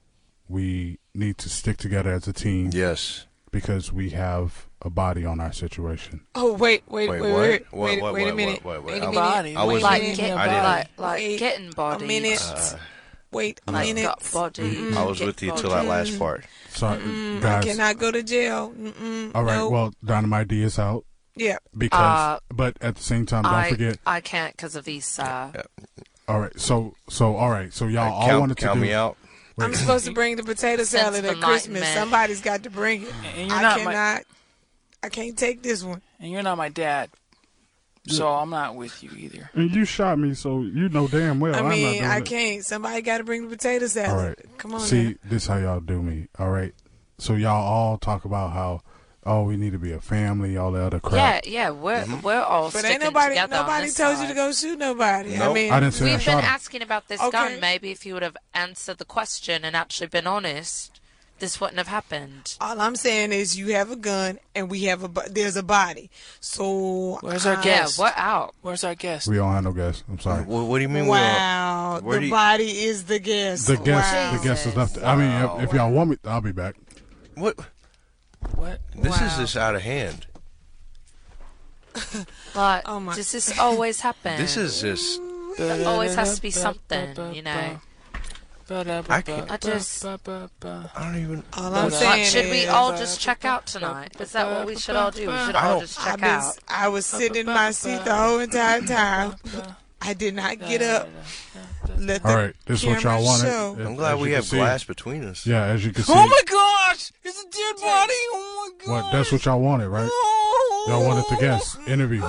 we need to stick together as a team. Yes. Because we have a body on our situation. Oh wait, wait, Wait, wait, what? wait, What, wait, what, wait a what, minute, what, what, wait what? a I- minute, I was- wait like a minute, getting I didn't. Uh, like like Wait getting a bodies. minute, wait a like minute. got bodies. Mm-hmm. I was with you till that last part. Sorry, mm, I guys. cannot go to jail. Mm-mm, All right. no. Well, Dynamite D is out yeah. because, Uh, but at the same time, Um, don't I forget. I can't because of uh, Esau. All right. So, so all right. So y'all all count wanted to count do. me out. I'm supposed to bring the potato salad of at Christmas. enlightenment. Somebody's got to bring it. And you're I not cannot. my I can't take this one. and you're not my dad, so I'm not with you either. And you shot me, so you know damn well I I'm not mean, doing I it. can't. Somebody got to bring the potato All salad. right. Come on. See, now. this how y'all do me. All right. So y'all all talk about how, oh, we need to be a family, all the other Yeah, crap. yeah, we're Mm-hmm. we're all But sticking ain't nobody together. on nobody this told you side. to go shoot nobody. I Nope. mean, I didn't say I We've been shot him. asking about this Okay. gun. Maybe if you would have answered the question and actually been honest, this wouldn't have happened. all I'm saying is you have a gun and we have a bo- there's a body. So Where's our Yeah, I- guest? we're out. Where's our guest? We don't have no guess. I'm sorry. Wha- What, do you mean? we don't- Wow, Where the do you- body is the guest. The guess, Wow. the guess is left. I mean, if, if y'all want me, I'll be back. What? What? This is Wow. just out of hand. Like, Oh my- does this always happen? This is just. There always has to be something, you know. I can't- I just- I don't even. All Like, I'm saying should we is, all uh, just check out tonight? Is that what we should all do? We should I all don't- just I've check been- out. I was sitting in my seat the whole entire time. I did not get up. Let the All right. This is what camera y'all wanted. show. As- I'm glad as we you can have see- glass between us. Yeah, as you can see. Oh my gosh! It's a dead body! Oh my gosh! What? That's what y'all wanted, right? Y'all wanted to guess. Interview.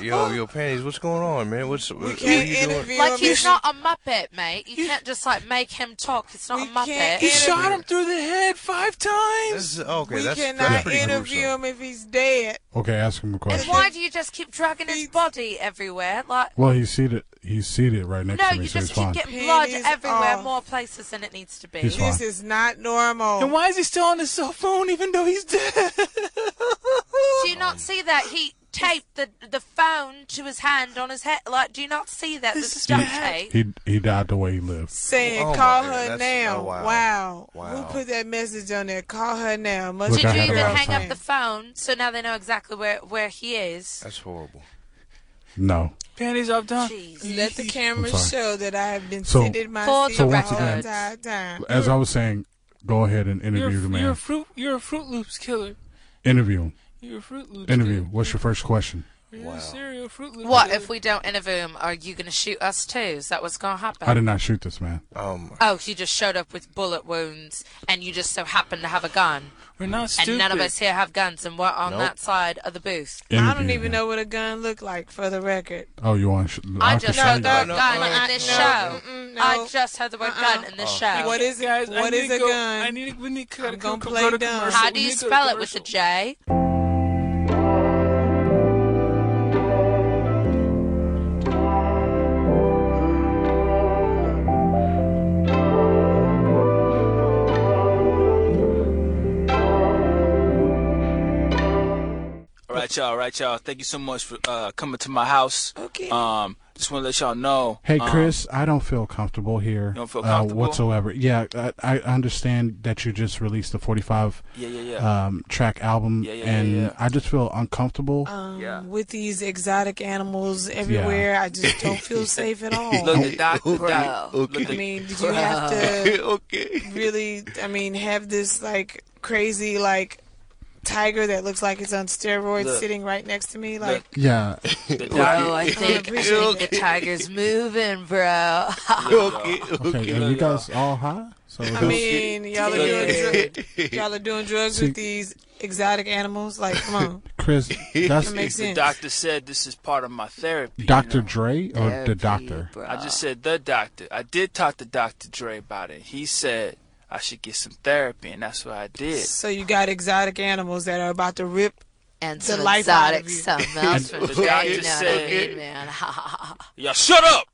Yo, yo, panties, what's going on, man? What's what, what are Can't you doing? interview Like him. he's not a muppet, mate. You can't just like make him talk. It's not We a can't He muppet. interview- shot him through the head five times! This is okay. we that's that's cannot pretty interview gruesome. him if he's dead. Okay, ask him a And question. why do you just keep dragging his body everywhere? Like, Well, he's seated. He's seated right next no, to me, you so he's just fine. keep getting blood Panties everywhere, off. more places than it needs to be. He's fine. This is not normal. And why is he still on his cell phone even though he's dead? Do you not see that he taped the the phone to his hand on his head? Like, do you not see that This this is is duct bad. tape? he he died the way he lived. Saying Oh, my call God, that's- her now. oh, wow. wow. Wow. Who put that message on there? Call her now. Must Look, Did I you had even a lot of hang time. up the phone so now they know exactly where where he is? That's horrible. No. Panties up done. Jeez. Let the camera sorry. show that I have been So- sitting in my For seat the the once whole again- entire time. As I was saying, go ahead and You're, interview the you're a man. fruit. You're a Fruit Loops killer. Interview him. You're a Fruit Loops. Interview. Killer. What's your first question? You're a serial Fruit Loops. What killer. if we don't interview him? Are you going to shoot us too? Is that what's going to happen? I did not shoot this man. Um, Oh, he just showed up with bullet wounds, and you just so happen to have a gun, We're not and stupid. none of us here have guns, and we're on Nope. that side of the booth. Interview I don't the even man. know what a gun looked like for the record. Oh, you want? Sh- I could just show heard you. the word No, gun no, Oh. in this no, show. mm-mm, no. I just heard the word Uh-uh. gun in Oh. this show. What is it? Guys, I what need is to a go, gun? I need. We need to cut. I'm gonna go, play go to dumb. commercial. How We do you need to go to spell it with a commercial. J? All right, y'all. All right, y'all. Thank you so much for uh, coming to my house. Okay. Um, just want to let y'all know. Hey um, Chris, I don't feel comfortable here don't feel Uh, comfortable? whatsoever. Yeah, I, I understand that you just released a 45 Yeah, yeah, yeah. um, track album, Yeah, yeah, yeah, and yeah. I just feel uncomfortable. Um, Yeah. With these exotic animals everywhere, I just don't feel safe at all. look, the doc. The doc Bro. look, the, I mean, did you have to okay. uh, really? I mean, have this like crazy like tiger that looks like it's on steroids Look. sitting right next to me? Like, yeah, the Bro, doc. Oh, I think, I think the tiger's moving, bro. Okay. okay. Are you guys all high? So I mean, y'all are doing dr- y'all are doing drugs See- with these exotic animals. Like, come on, Chris, that's it makes The sense. doctor said this is part of my therapy. you Dr. know. Dre or the doctor? Bro. I just said the doctor. I did talk to Dr. Dre about it. He said I should get some therapy, and that's what I did. So you got exotic animals that are about to rip. and the some life out of exotic you. something else from The Jay, guy you just know what said- I mean, man? Y'all shut up!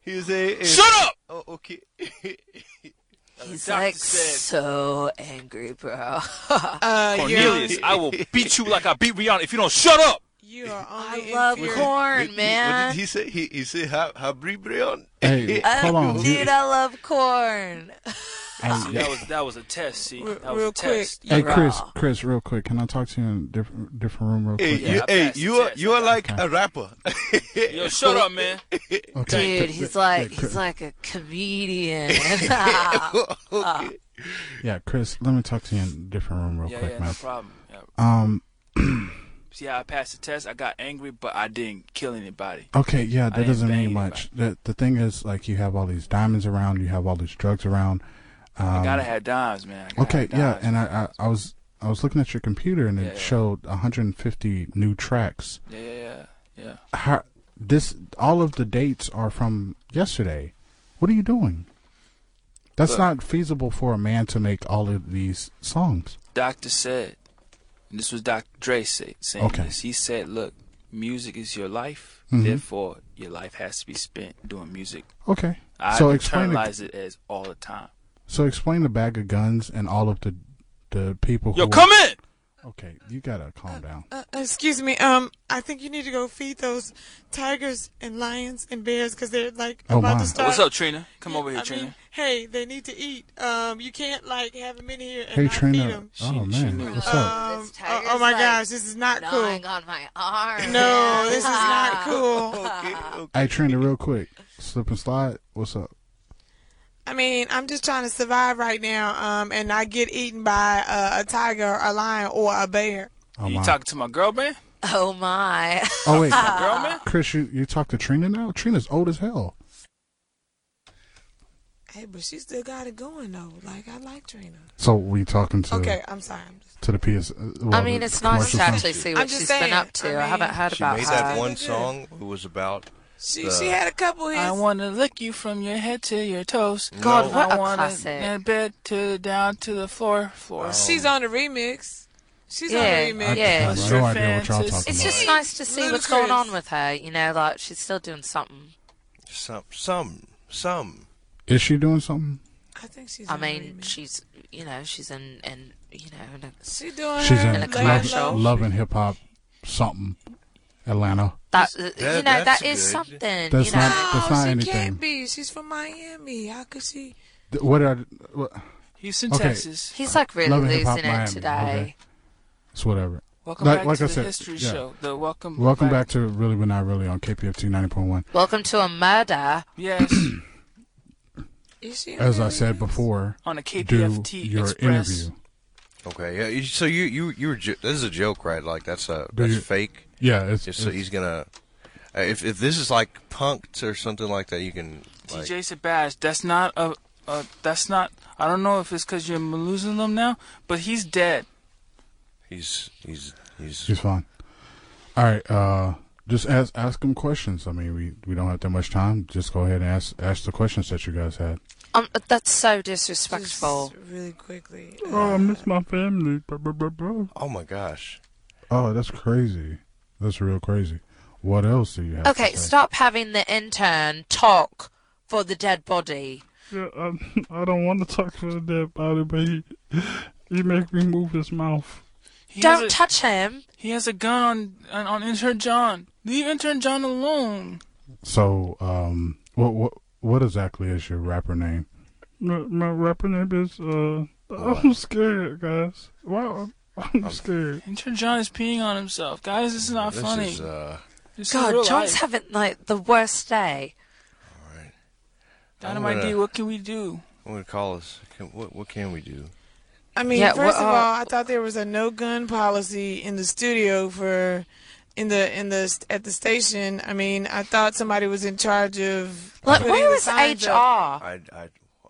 He's a. Shut up! Oh, okay. He's The doctor like said, so angry, bro. Uh, Cornelius, I will beat you like I beat Rihanna if you don't shut up! You're, you are I only love inferior- corn, man. he say? He, he said, "Habribrion." Hey, hold on. You- Dude, uh, I love corn. hey, That was that was a test. See, that was real a quick. test. Oh, hey, Chris, Chris, real quick, can I talk to you in a different, different room, real Hey, quick? you, I hey, passed the you are test. you are like a rapper. Yo, shut up, man. Okay. Dude, he's like Chris- he's like a comedian. Ah. Okay. Yeah, Chris, let me talk to you in a different room, real Yeah, quick, yeah, no man. problem. Yeah. Um, See, I passed the test. I got angry, but I didn't kill anybody. okay, yeah, that didn't doesn't bang mean much. The, the thing is, like, you have all these diamonds around, you have all these drugs around. Um, I gotta have dimes, man. I gotta Okay, have yeah, dimes. and I, I, I was I was looking at your computer and Yeah, it yeah. showed 150 new tracks. yeah, yeah, yeah, yeah. How, this all of the dates are from yesterday. What are you doing? That's Look. not feasible for a man to make all of these songs. Doctor said, and this was Dr. Dre say, saying Okay. Mm-hmm. this. He said, "Look, music is your life. Therefore, your life has to be spent doing music." Okay, I so explain the, internalize it as all the time. so explain the bag of guns and all of the the people. Yo, who come in. Okay, you gotta calm down. Uh, excuse me. Um, I think you need to go feed those tigers and lions and bears because they're like Oh, about my. to start. What's up, Trina? Come over here, I Trina. mean, hey, they need to eat. Um, you can't like have them in here and Hey not feed Trina, them. oh She- she man, knew. what's up? Um, This oh, tiger's oh my like gosh, this is not cool. Gnawing on my arm. No, this is not cool. Hey Trina, real quick, slip and slide. What's up? I mean, I'm just trying to survive right now, um, and not get eaten by uh, a tiger, a lion, or a bear. Oh you my. talking to my girl, man? Oh my. Oh wait, Girl, man? Chris, you you talk to Trina now? Trina's old as hell. Hey, but she still got it going though. Like I like Trina. So were you talking to Okay, I'm sorry. I'm just- to the PS? uh, well, I mean, the it's commercial nice to song? actually see I'm what just she's saying, been up to. I I, mean- haven't heard She about made her. that one song. It was about She The- she had a couple hits. I wanna lick you from your head to your toes. God, No. what I a wanna classic. And bed to down to the floor, floor. She's on the remix. She's Yeah, on the I, remix. yeah. I have Your no idea what y'all fans is- talking It's about. just nice to see what's Ludacris. going on with her. You know, like she's still doing something. some some some. Is she doing something? I think she's. I on the mean, remix. she's you know she's in in you know in a, she doing. She's her in a lay commercial. low. love, love and hip hop something. Atlanta. that, you know that's that is good. something. That's you know, not- No, That's not she anything. can't be. She's from Miami. How could she? Th- What are what, He's in Okay. Texas. he's like really Love and Hip losing Hop it Miami, okay. today. it's whatever. Welcome Like- back like to I the said, history yeah. show. The welcome. Welcome back to Really But Not Really on KPFT ninety point one. Welcome to a murder. Yes, Is she? on As the I said remix? before, on a do KPFT your Express. interview. Okay, yeah. you- So you you you were jo- this is a joke, right? Like that's a Do that's you- fake. Yeah, it's, Just so it's- he's gonna. uh, If if this is like punked or something like that, you can. Like, TJ Sabaj, that's not a, a. That's not. I don't know if it's because you're losing them now, but he's dead. he's he's he's She's fine. All right. Uh, just ask ask them questions. I mean, we, we don't have that much time. Just go ahead and ask ask the questions that you guys had. Um, that's so Just disrespectful. really quickly. Oh, I miss my family. Oh my gosh. Oh, that's crazy. That's real crazy. What else do you have? Okay, to say? stop having the intern talk for the dead body. Yeah, I, I don't want to talk to the dead body, but he, he make me move his mouth. He Don't has a, touch him. He has a gun on on, on intern John. Leave intern John alone. So, um, what what what exactly is your rapper name? My, my rapper name is, uh, I'm scared, guys. Wow, I'm, scared. Intern John is peeing on himself. Guys, this is not This funny. is uh. this is real God, John's life. having like the worst day. Dynamite I'm gonna- D, what can we do? What would call us? Can, what what can we do? I mean, Yeah, first well, of uh, all, I thought there was a no gun policy in the studio for in the in the at the station. I mean, I thought somebody was in charge of Like, putting where the is signs HR? up. I I. uh,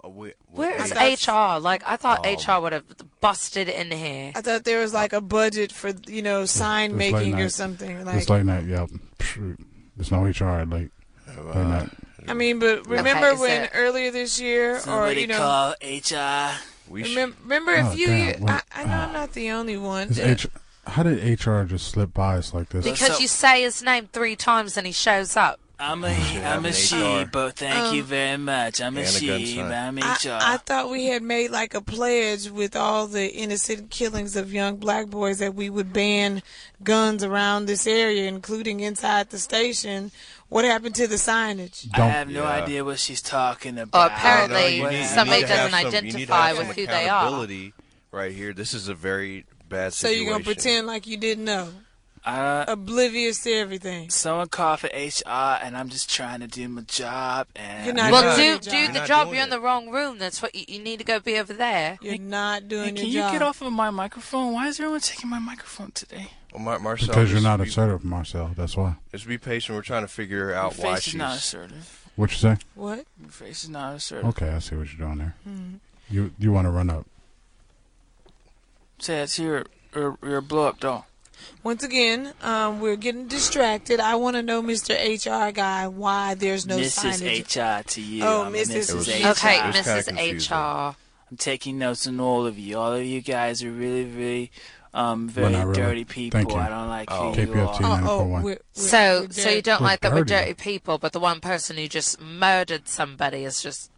We, Where is we- thought- HR? Like, I thought Oh. HR would have busted in here. I thought there was like a budget for you know sign it's late making night. or something. Like, it's late night. Yep. Shoot. There's no HR at late, late Uh, night. I mean, but remember is when it- earlier this year or you know. HR. we should, Remember, remember Oh, a few damn, years. wait, I, I know I'm not the only one. Is H- how did HR just slip by us like this? Because So- you say his name three times and he shows up. I'm a, I'm a she, but thank Um, you very much. I'm a And a gun she, sign. but I'm I, HR. I thought we had made like a pledge with all the innocent killings of young black boys that we would ban guns around this area, including inside the station. What happened to the signage? I have no idea what she's talking Oh, about. apparently You need- you somebody need to have doesn't some- you need to identify have with some who they are. accountability Right here, this is a very bad So situation. you're gonna pretend like you didn't know, I, oblivious to everything. someone called for HR, and I'm just trying to do my job. And You're not Well, doing do your do job. the not job. doing You're in the wrong room. That's what you, you need to go be over there. You're not doing Hey, can your you job. get off of my microphone? Why is everyone taking my microphone today? Well, Mar- Marcel, Because you're just not be- assertive, Marcel. That's why. Just be patient. We're trying to figure Your out why face is she's not assertive. What you say? What? Your face is not assertive. Okay, I see what you're doing there. Hmm. You you want to run up? Say that's your your, your blow up doll. Once again, um, we're getting distracted. I want to know, Mr. HR guy, why there's no Mrs. signage. HR to you. Oh, I'm a Mrs. Mrs. HR. Okay, It was kinda confusing. Mrs. HR. I'm taking notes on all of you. All of you guys are really, really, um, Well, very not really. dirty people. Thank you. I don't like Oh. who you KPFT. are. Oh, oh, 941. we're, we're, So, we're so you dead. don't We're like that we're dirty. dirty people, but the one person who just murdered somebody is just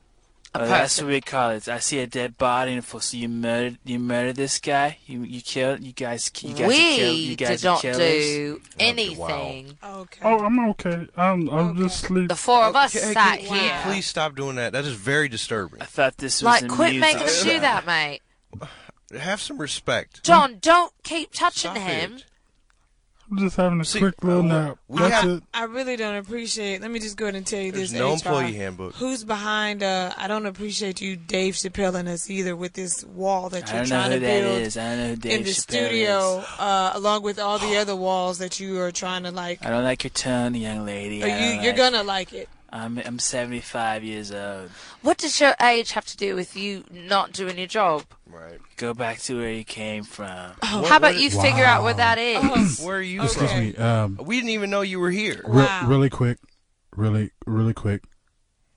a Oh, that's person. what we call it. I see a dead body, and for so you murdered, you murdered this guy. You you killed. You guys, you guys are kill, we You guys did are not killers. do anything. Okay. Oh, I'm okay. I'm I'm just sleep. The four of us Hey, can- sat can you here. Please stop doing that. That is very disturbing. I thought this was Like, amusing. quit making us do that, mate. Have some respect. John, don't keep Stop touching him. it. I'm just having a See, quick little we- nap. we That's have- it. I really don't appreciate. Let me just go ahead and tell you There's this. no HR, employee handbook. Who's behind? Uh, I don't appreciate you, Dave Chappelle, and us either with this wall that I you're don't know trying who to that build is. I don't know who Dave in the Chappelle studio, is. uh, along with all the other walls that you are trying to like. I don't like your tone, young lady. Are I you don't you're like- gonna like it. I'm I'm 75 years old. What does your age have to do with you not doing your job? Right. Go back to where you came from. Oh, Oh, How about you figure out where Wow. that is? Oh. Where are you Excuse from? Okay. me. Um, We didn't even know you were here. Re- Wow. really quick, really, really quick.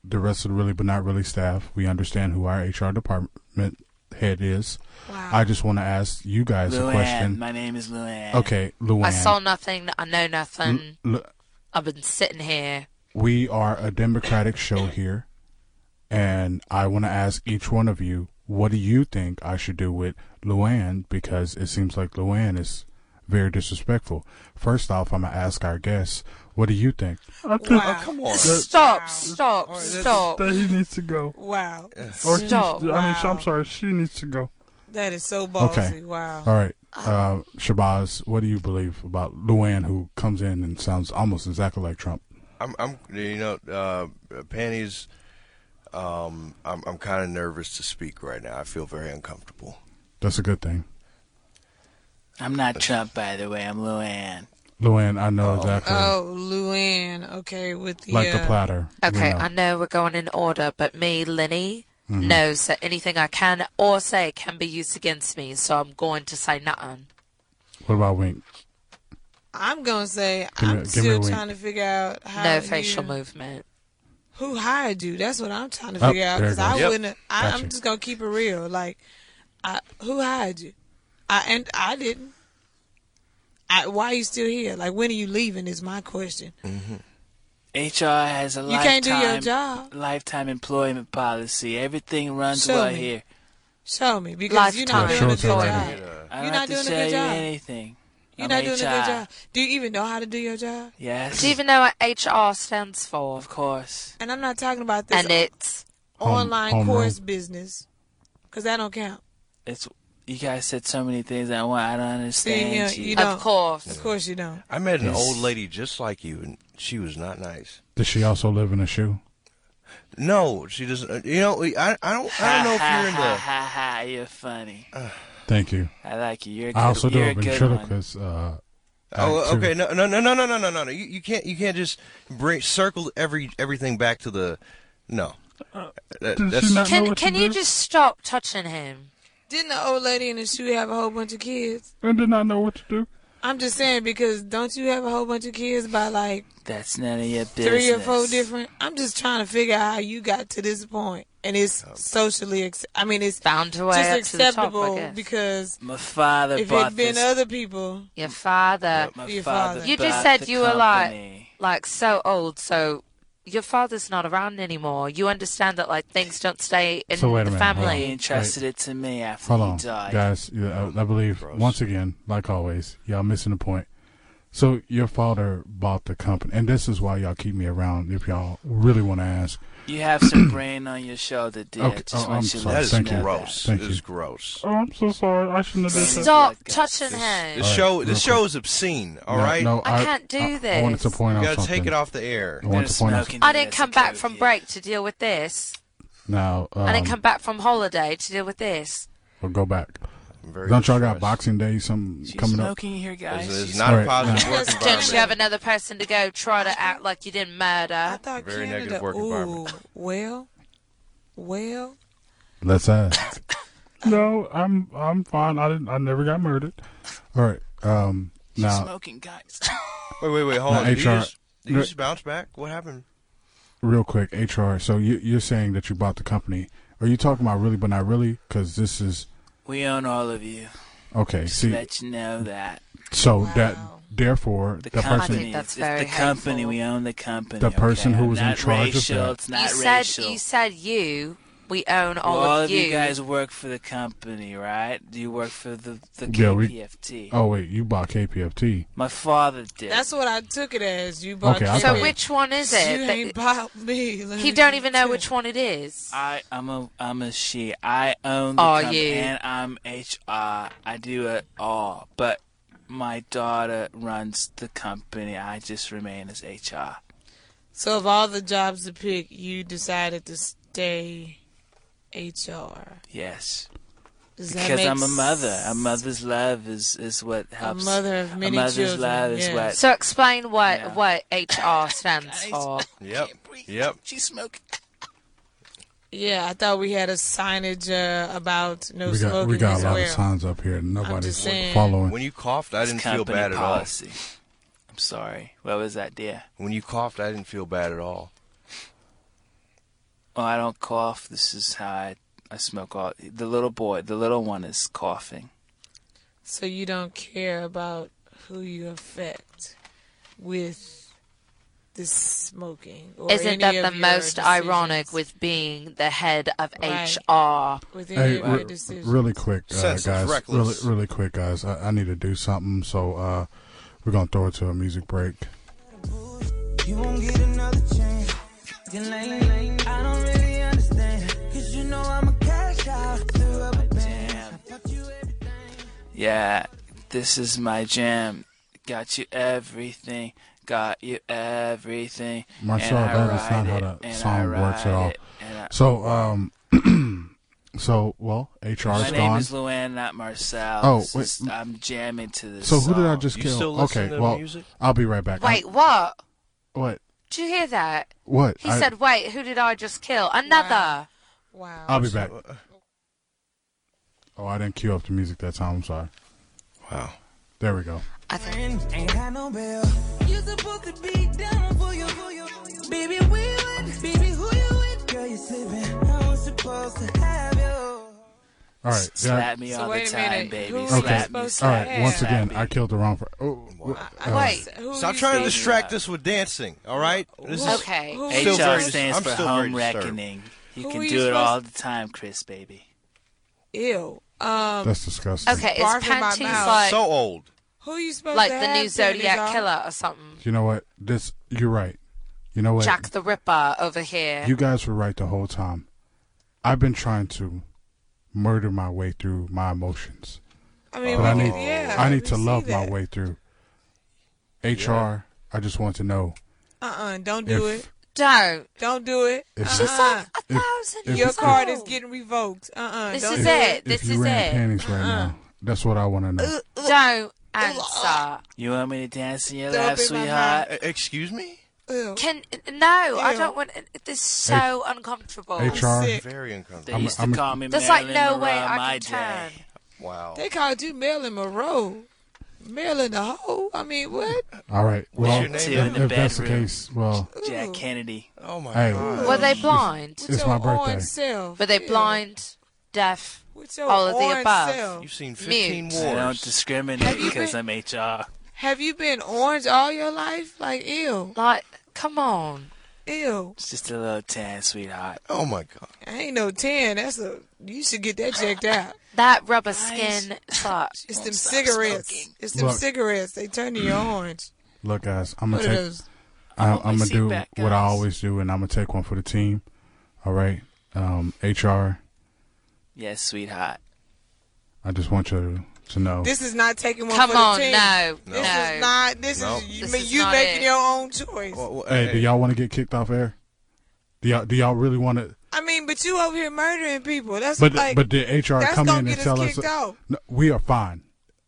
The rest of the really, but not really staff. We understand who our HR department head is. Wow. I just want to ask you guys a Luann. question. My name is Luann. okay, Luann. Mm. I saw nothing. I know nothing. Lu- I've been sitting here. we are a democratic show here, and I want to ask each one of you, what do you think I should do with Luann? Because it seems like Luann is very disrespectful. First off, I'm gonna ask our guests, what do you think? I think Wow. Come on. Stop, stop, stop. that he needs to go. Oh, Wow. Or he, Stop. I mean, sh- Wow. I'm sorry, she needs to go. That is so ballsy. Okay. Wow. All right, uh, Shabazz, what do you believe about Luann, who comes in and sounds almost exactly like Trump? I'm, I'm, you know, uh, panties. Um, I'm, I'm kind of nervous to speak right now. I feel very uncomfortable. That's a good thing. I'm not Trump, by the way. I'm Luann. Luann, I know exactly Oh, Luann. Okay, with the like the uh, platter. you Okay, know. Mm-hmm. I know we're going in order, but me, Lenny, knows that anything I can or say can be used against me, so I'm going to say nothing. what about Wink? I'm gonna say me- I'm give me a still wink. trying to figure out how No facial you- movement. Who hired you? That's what I'm trying to Oh, figure out. there it Because I goes. Yep. wouldn't. I, Gotcha. I'm just gonna keep it real. Like, I, who hired you? I and I didn't. I, why are you still here? Like, when are you leaving? Is my question. HR has a You lifetime can't do your job. lifetime employment policy. Everything runs Show well me. here. Show me because you're not Lifetime. doing a good Show it to her job. right I You're don't not have to doing a show good you job. anything. You're I'm not doing a HR. good job. Do you even know how to do your job? Yes. Do you even know what HR stands for? Of course. And I'm not talking about this And it's online Home- home course room. business because that don't count. It's you guys said so many things I want. I don't understand See, you. you, you don't. of course. Of course you don't. I met an old lady just like you, and she was not nice. Does she also live in a shoe? No, she doesn't. uh, You know, I, I don't, I don't know if you're in Ha the. ha ha! You're funny. Thank you. I like you. You're a good. I also do you're a a good one. ventriloquist. Uh, act, Oh, too. okay. No, no, no, no, no, no, no, no. no. You, you can't, you can't just bring circle every everything back to the. No, That- Does that's- she not know Can what can to you do? just stop touching him? Didn't the old lady in the shoe have a whole bunch of kids? And did not know what to do. I'm just saying because don't you have a whole bunch of kids by like That's none of your business. three or four different? I'm just trying to figure out how you got to this point, and it's socially. Ac- I mean, it's found way just up to the top, I acceptable guess. because My father if bought it'd been this. other people, Your father. My Your father father. You bought just said the you were like, like so old, so your father's not around anymore. You understand that like things don't stay in So wait a the minute, hold family. on. He entrusted it to me after Hold he on, died. guys. Yeah, I, I believe once again, like always, y'all missing the point. So your father bought the company, and this is why y'all keep me around. If y'all really want to ask, You have some brain on your shoulder, dear. Okay, Just oh, want I'm you to sorry. let That is Thank you. gross. Thank This you. is gross. Oh, I'm so sorry. I shouldn't have done Stop touching him. This All right, show, real this show is obscene. All No, right, no, I I- can't do I- I wanted to this. point out You gotta take something. it off the air. I wanted to point out I didn't come back from break to deal with this. now. Um, I didn't come back from holiday to deal with this. We'll go back. very Don't y'all got Boxing Day something coming up? smoking here, guys. This is She's- not All a right, positive now- work Don't you environment. have another person to go try to act like you didn't murder? thought Very Canada. negative work ooh, environment. well, well, Let's ask. no, I'm I'm fine. I didn't. I never got murdered. All right. Um. she's Now, smoking, guys. Wait, wait, wait. Hold Now, on. Did you HR just, did you just bounce back? What happened? real quick, HR. So you you're saying that you bought the company? Are you talking about really, but not really? Because this is We own all of you. okay. Just See, let you know that. so that therefore the, The person company. that's it's very the company. We own the company. The person okay? who was in Not charge of racial, that. It's not you racial. said you said you. We own all, all, of, you. guys work for the company, right? You work for the the yeah we. KPFT. Oh wait, you bought KPFT. My father did. that's what I took it as. You bought. Okay, I Kevin. thought- so which one is you it? that- ain't bought me. Let he me don't even know tell which one it is. I I'm a I'm a she. I own the Are company you? and I'm HR. I do it all. But my daughter runs the company. I just remain as HR. So of all the jobs to pick, you decided to stay HR. Yes. Does that Because make I'm a mother. A mother's love is, is what helps. mother of many A mother's children, love is yeah. what. So explain what Yeah. what HR stands for. Yep. Yep. She's smoking. Yeah, I thought we had a signage uh, about no we got smoking we got a as lot well. of signs up here. and just Nobody's saying. following. When you coughed, I didn't feel company bad at all. policy. I'm sorry. What was that, dear? When you coughed, I didn't feel bad at all. Oh, I don't cough. This is how I, I smoke all. The little boy, the little one is coughing. So you don't care about who you affect with this smoking. Or Isn't any that of the your most ironic decisions. with being the head of Right. HR? with any Hey, of your re- decisions? really quick, uh, Senseless, guys. Really, reckless. really quick, guys. I, I need to do something, so uh, we're gonna throw it to a music break. You won't get another chance. Your lane, lane, I don't really understand. Cause you know I'm a cash out. The rubber band. I thought you everything. Yeah, this is my jam. Got you everything. Got you everything. Marcel, and I that is not ride how it, that and I song works at ride all. it, and I- So, um, so well, HR is my name gone. is Luann, not Marcel. Oh, This wait, is- I'm jamming to this. so who did I song. just You kill? still listen okay, to well, music? I'll be right back. I- Wait, what? what? Did you hear that? What? He I, said, "Wait, who did I just kill? Another." wow. I'll be back. uh, Oh, I didn't cue up the music that time. I'm sorry. Wow. There we go. I think Ain't had no bell. You supposed to be down for your, for your. Baby, we went. Baby, who you with? Girl, you slipping. I was supposed to have you. All right. S- yeah. Slap me So all the wait a time, minute, baby. who was Okay. Slap All me, right, All slap right. me, Once slap again, me. I killed the wrong. fr- oh, I- uh, Wait. who are Stop you trying to saying? distract us with dancing. All right. This is Okay. Who Still is HR very supposed- dis- stands I'm for still very home disturbed. reckoning. You Who can are you do it supposed- all the time, Chris, baby. Ew. Um, that's disgusting. Okay, Barf is in my panties mouth. like so old. who are you supposed like to the have new then, Zodiac Izal? killer or something? You know what? This. You're right. You know what? Jack the Ripper over here. You guys were right the whole time. I've been trying to murder my way through my emotions. I mean, But we I can- need, yeah, I we need to see love my that. way through. HR, I just want to know Uh-uh, don't do If- it. Don't. Don't do it. if Uh-uh. A If- thousand. if- Your if- card is getting revoked. Uh-uh, This don't is do it. if This you is ran it. Uh-uh. panties right now. That's what I want to know. Don't Uh-uh. answer. You want me to dance in your Stop lap, in my sweetheart? E- Excuse me? Ew. Can no, I Ew. don't want. This is so uncomfortable. HR, sick. Oh, Very uncomfortable. They used to I'm- call me There's like Marilyn no Monroe way I my can turn. day. Wow. They called you Marilyn Monroe. Marilyn the hoe? I mean, what? All right. Well, your name? if, Two in the if that's the bedroom. case, well, Jack Kennedy. Oh my hey, Were they it's- blind? It's, my birthday. Were they blind, deaf, all of the orange above? self. You've seen fifteen I don't discriminate because I'm HR. Have you been orange all your life? Like, ew. Like, come on. Ew. It's just a little tan, sweetheart. Oh my god. I ain't no 10. That's a. You should get that checked out. That rubber skin sucks. It's them cigarettes. It's them Look. Mm. cigarettes. They turn you orange. Look, guys, I'm gonna What are take. those? I, Hold my I'm gonna seat do back, what I guys. always do, and I'm gonna take one for the team. All right, um, HR. Yes, sweetheart. I just want you to know. This is not taking one Come for the on, team. no, This no. is not. This No. is you, This ma- is you not making it. your own choice. hey, do y'all want to get kicked off air? Do y'all do y'all really want to? I mean, but you over here murdering people. That's But like. but did HR that's come gonna in get and us tell us kicked out. No, we are fine?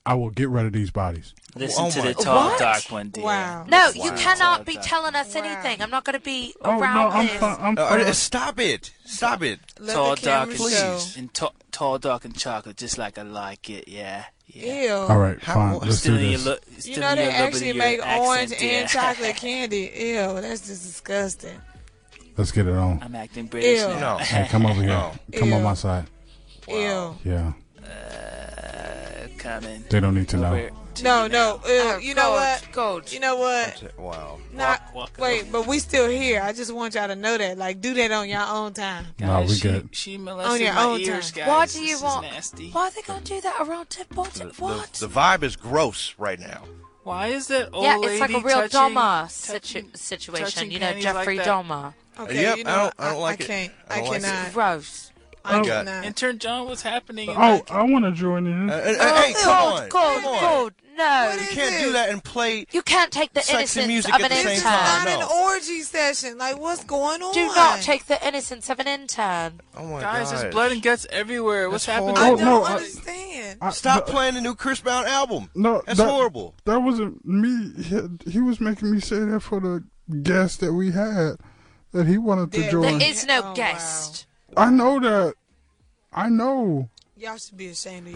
I will get rid of these bodies. Listen Oh to my the tall, What? dark one, dear. Wow. No, you Wow. cannot be telling us anything. I'm not going to be around this. Oh, I'm Uh, uh, stop it! Stop it! Let tall, the dark, camera and show. please. and t- tall, dark, and chocolate, just like I like it. Yeah, yeah. Ew. All right, How- fine. what's Let's do Still in your this. look. You know they actually make orange and chocolate candy. Ew, that's just disgusting. Let's get it on. I'm acting British Ew. now. No. Hey, come over here. Oh. Come on Ew. my side. Ew. Yeah, Coming. they don't need to know. Over to No, you no. Ew. Oh, you know God, what? God. You know what? Wow. Not walk wait, but we still here. I just want y'all to know that. Like, do that on your own time. No, Guys, we she, good. She molested On your my own ears, time. guys. Why do you this want? Is nasty. Why are they going to do that around Ted The, Bolton? What? the, the vibe is gross right now. Why is that old yeah, it's like a lady real touching, Dahmer touching- situ- situation. touching You know, panties Jeffrey like that? Dahmer. Okay, Yep, you know, I don't- I don't like I it. can't. I I, don't like it. cannot. Gross. I Okay. cannot. Intern John, what's happening? in Oh, back? I want to join in. Uh, uh, uh, Oh, hey, come God, on! God, come on! God, no. You can't do that and play. You can't take the Sexy innocence music of at an the same intern. time. Not no. an orgy session. Like, what's going on? Do not take the innocence of an intern. Oh my Guys, god! there's blood and guts everywhere. What's That's happening? I Oh, don't no, I- understand. I- Stop no, playing the new Chris Brown album. No, that's that- horrible. That wasn't me. He, he was making me say that for the guest that we had that he wanted to There- join. There is no Oh, wow. guest. I know that. I know. y'all should be ashamed of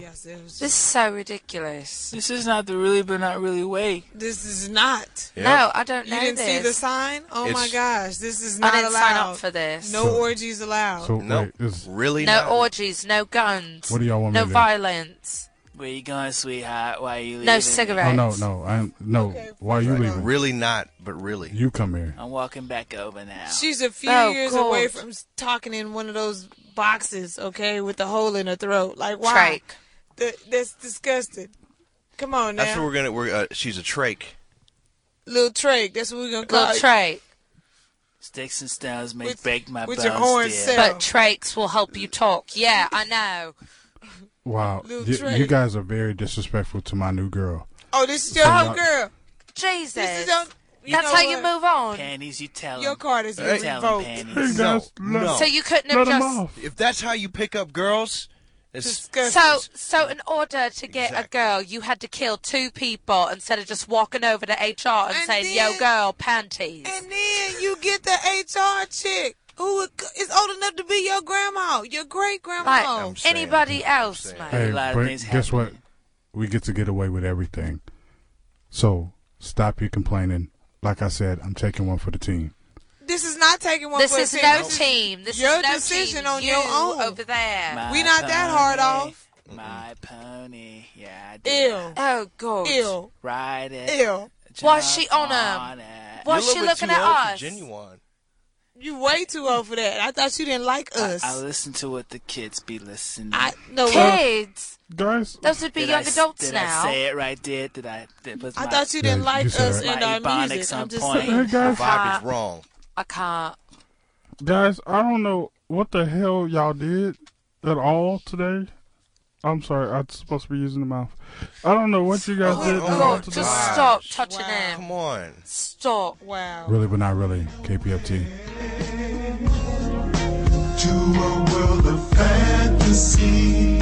This yourselves. This, is so ridiculous. This is not the really but not really way. is not. No, I don't know You didn't this. see the sign? Oh my It's- gosh, this is I not didn't allowed. sign up for this. No orgies allowed. So No, wait, is, really? No not. orgies, no guns. What do y'all want me No to do? violence. Where you going, sweetheart? Why are you leaving? No me? cigarettes. oh no, no, I'm no. Okay, Why are you fine. leaving? Really not, but really. You come here. I'm walking back over now. She's a few Oh, years God. away from s- talking in one of those boxes, okay, with the hole in her throat. Like, why? Trike. Th- that's disgusting. Come on now. That's what we're gonna. We're uh, she's a trach. Little Trake, that's what we're going to call Little Trake. Sticks and stones may With- break my with bones, your horn dear. set. But Trakes will help you talk. Yeah, I know. Wow, Lil you, Trey. you guys are very disrespectful to my new girl. Oh, this is your Oh, whole no. girl. Jesus. This is your. You That's know how what? you move on. panties, you tell Your him. card is Hey. being tell him revoked. panties. No, let- no. So you couldn't have Let him just. off. If that's how you pick up girls, it's Disgusting. So, so in order to get Exactly. a girl, you had to kill two people instead of just walking over to HR and, And saying, then- "Yo, girl, panties." And then you get the HR chick who is old enough to be your grandma, your great like grandma. I'm saying, anybody else, saying. mate. Hey, lot of but things guess what? happening. We get to get away with everything. So stop your complaining. Like I said, I'm taking one for the team. this is not taking one This for is the team. no team. This your is no decision team. on you your own. over there. My We not that hard pony, off. My pony, yeah, I did. Ew. oh God. Ew. Ride it. Uh, Ew. Why is she jump on 'em? it. You're Why a little is she bit looking too at old for us? Genuine. You way too old for that. I thought you didn't like I, us. I I, listen to what the kids be listening. no. uh, I Kids. Guys, Those would be did young I, s- adults did now. I say it right there? Did I? That was my, thought you didn't Yeah, like you said us it. and My our ebonics music. on I'm just point. saying. hey The guys, vibe is wrong. I can't. guys, I don't know what the hell y'all did at all today. I'm sorry, I'm supposed to be using the mouth. I don't know what you guys Oh, did at oh, all God, my today. gosh. just stop touching Wow. him. Come on. Stop. Wow. Really, but not really. KPFT. To a world of fantasy.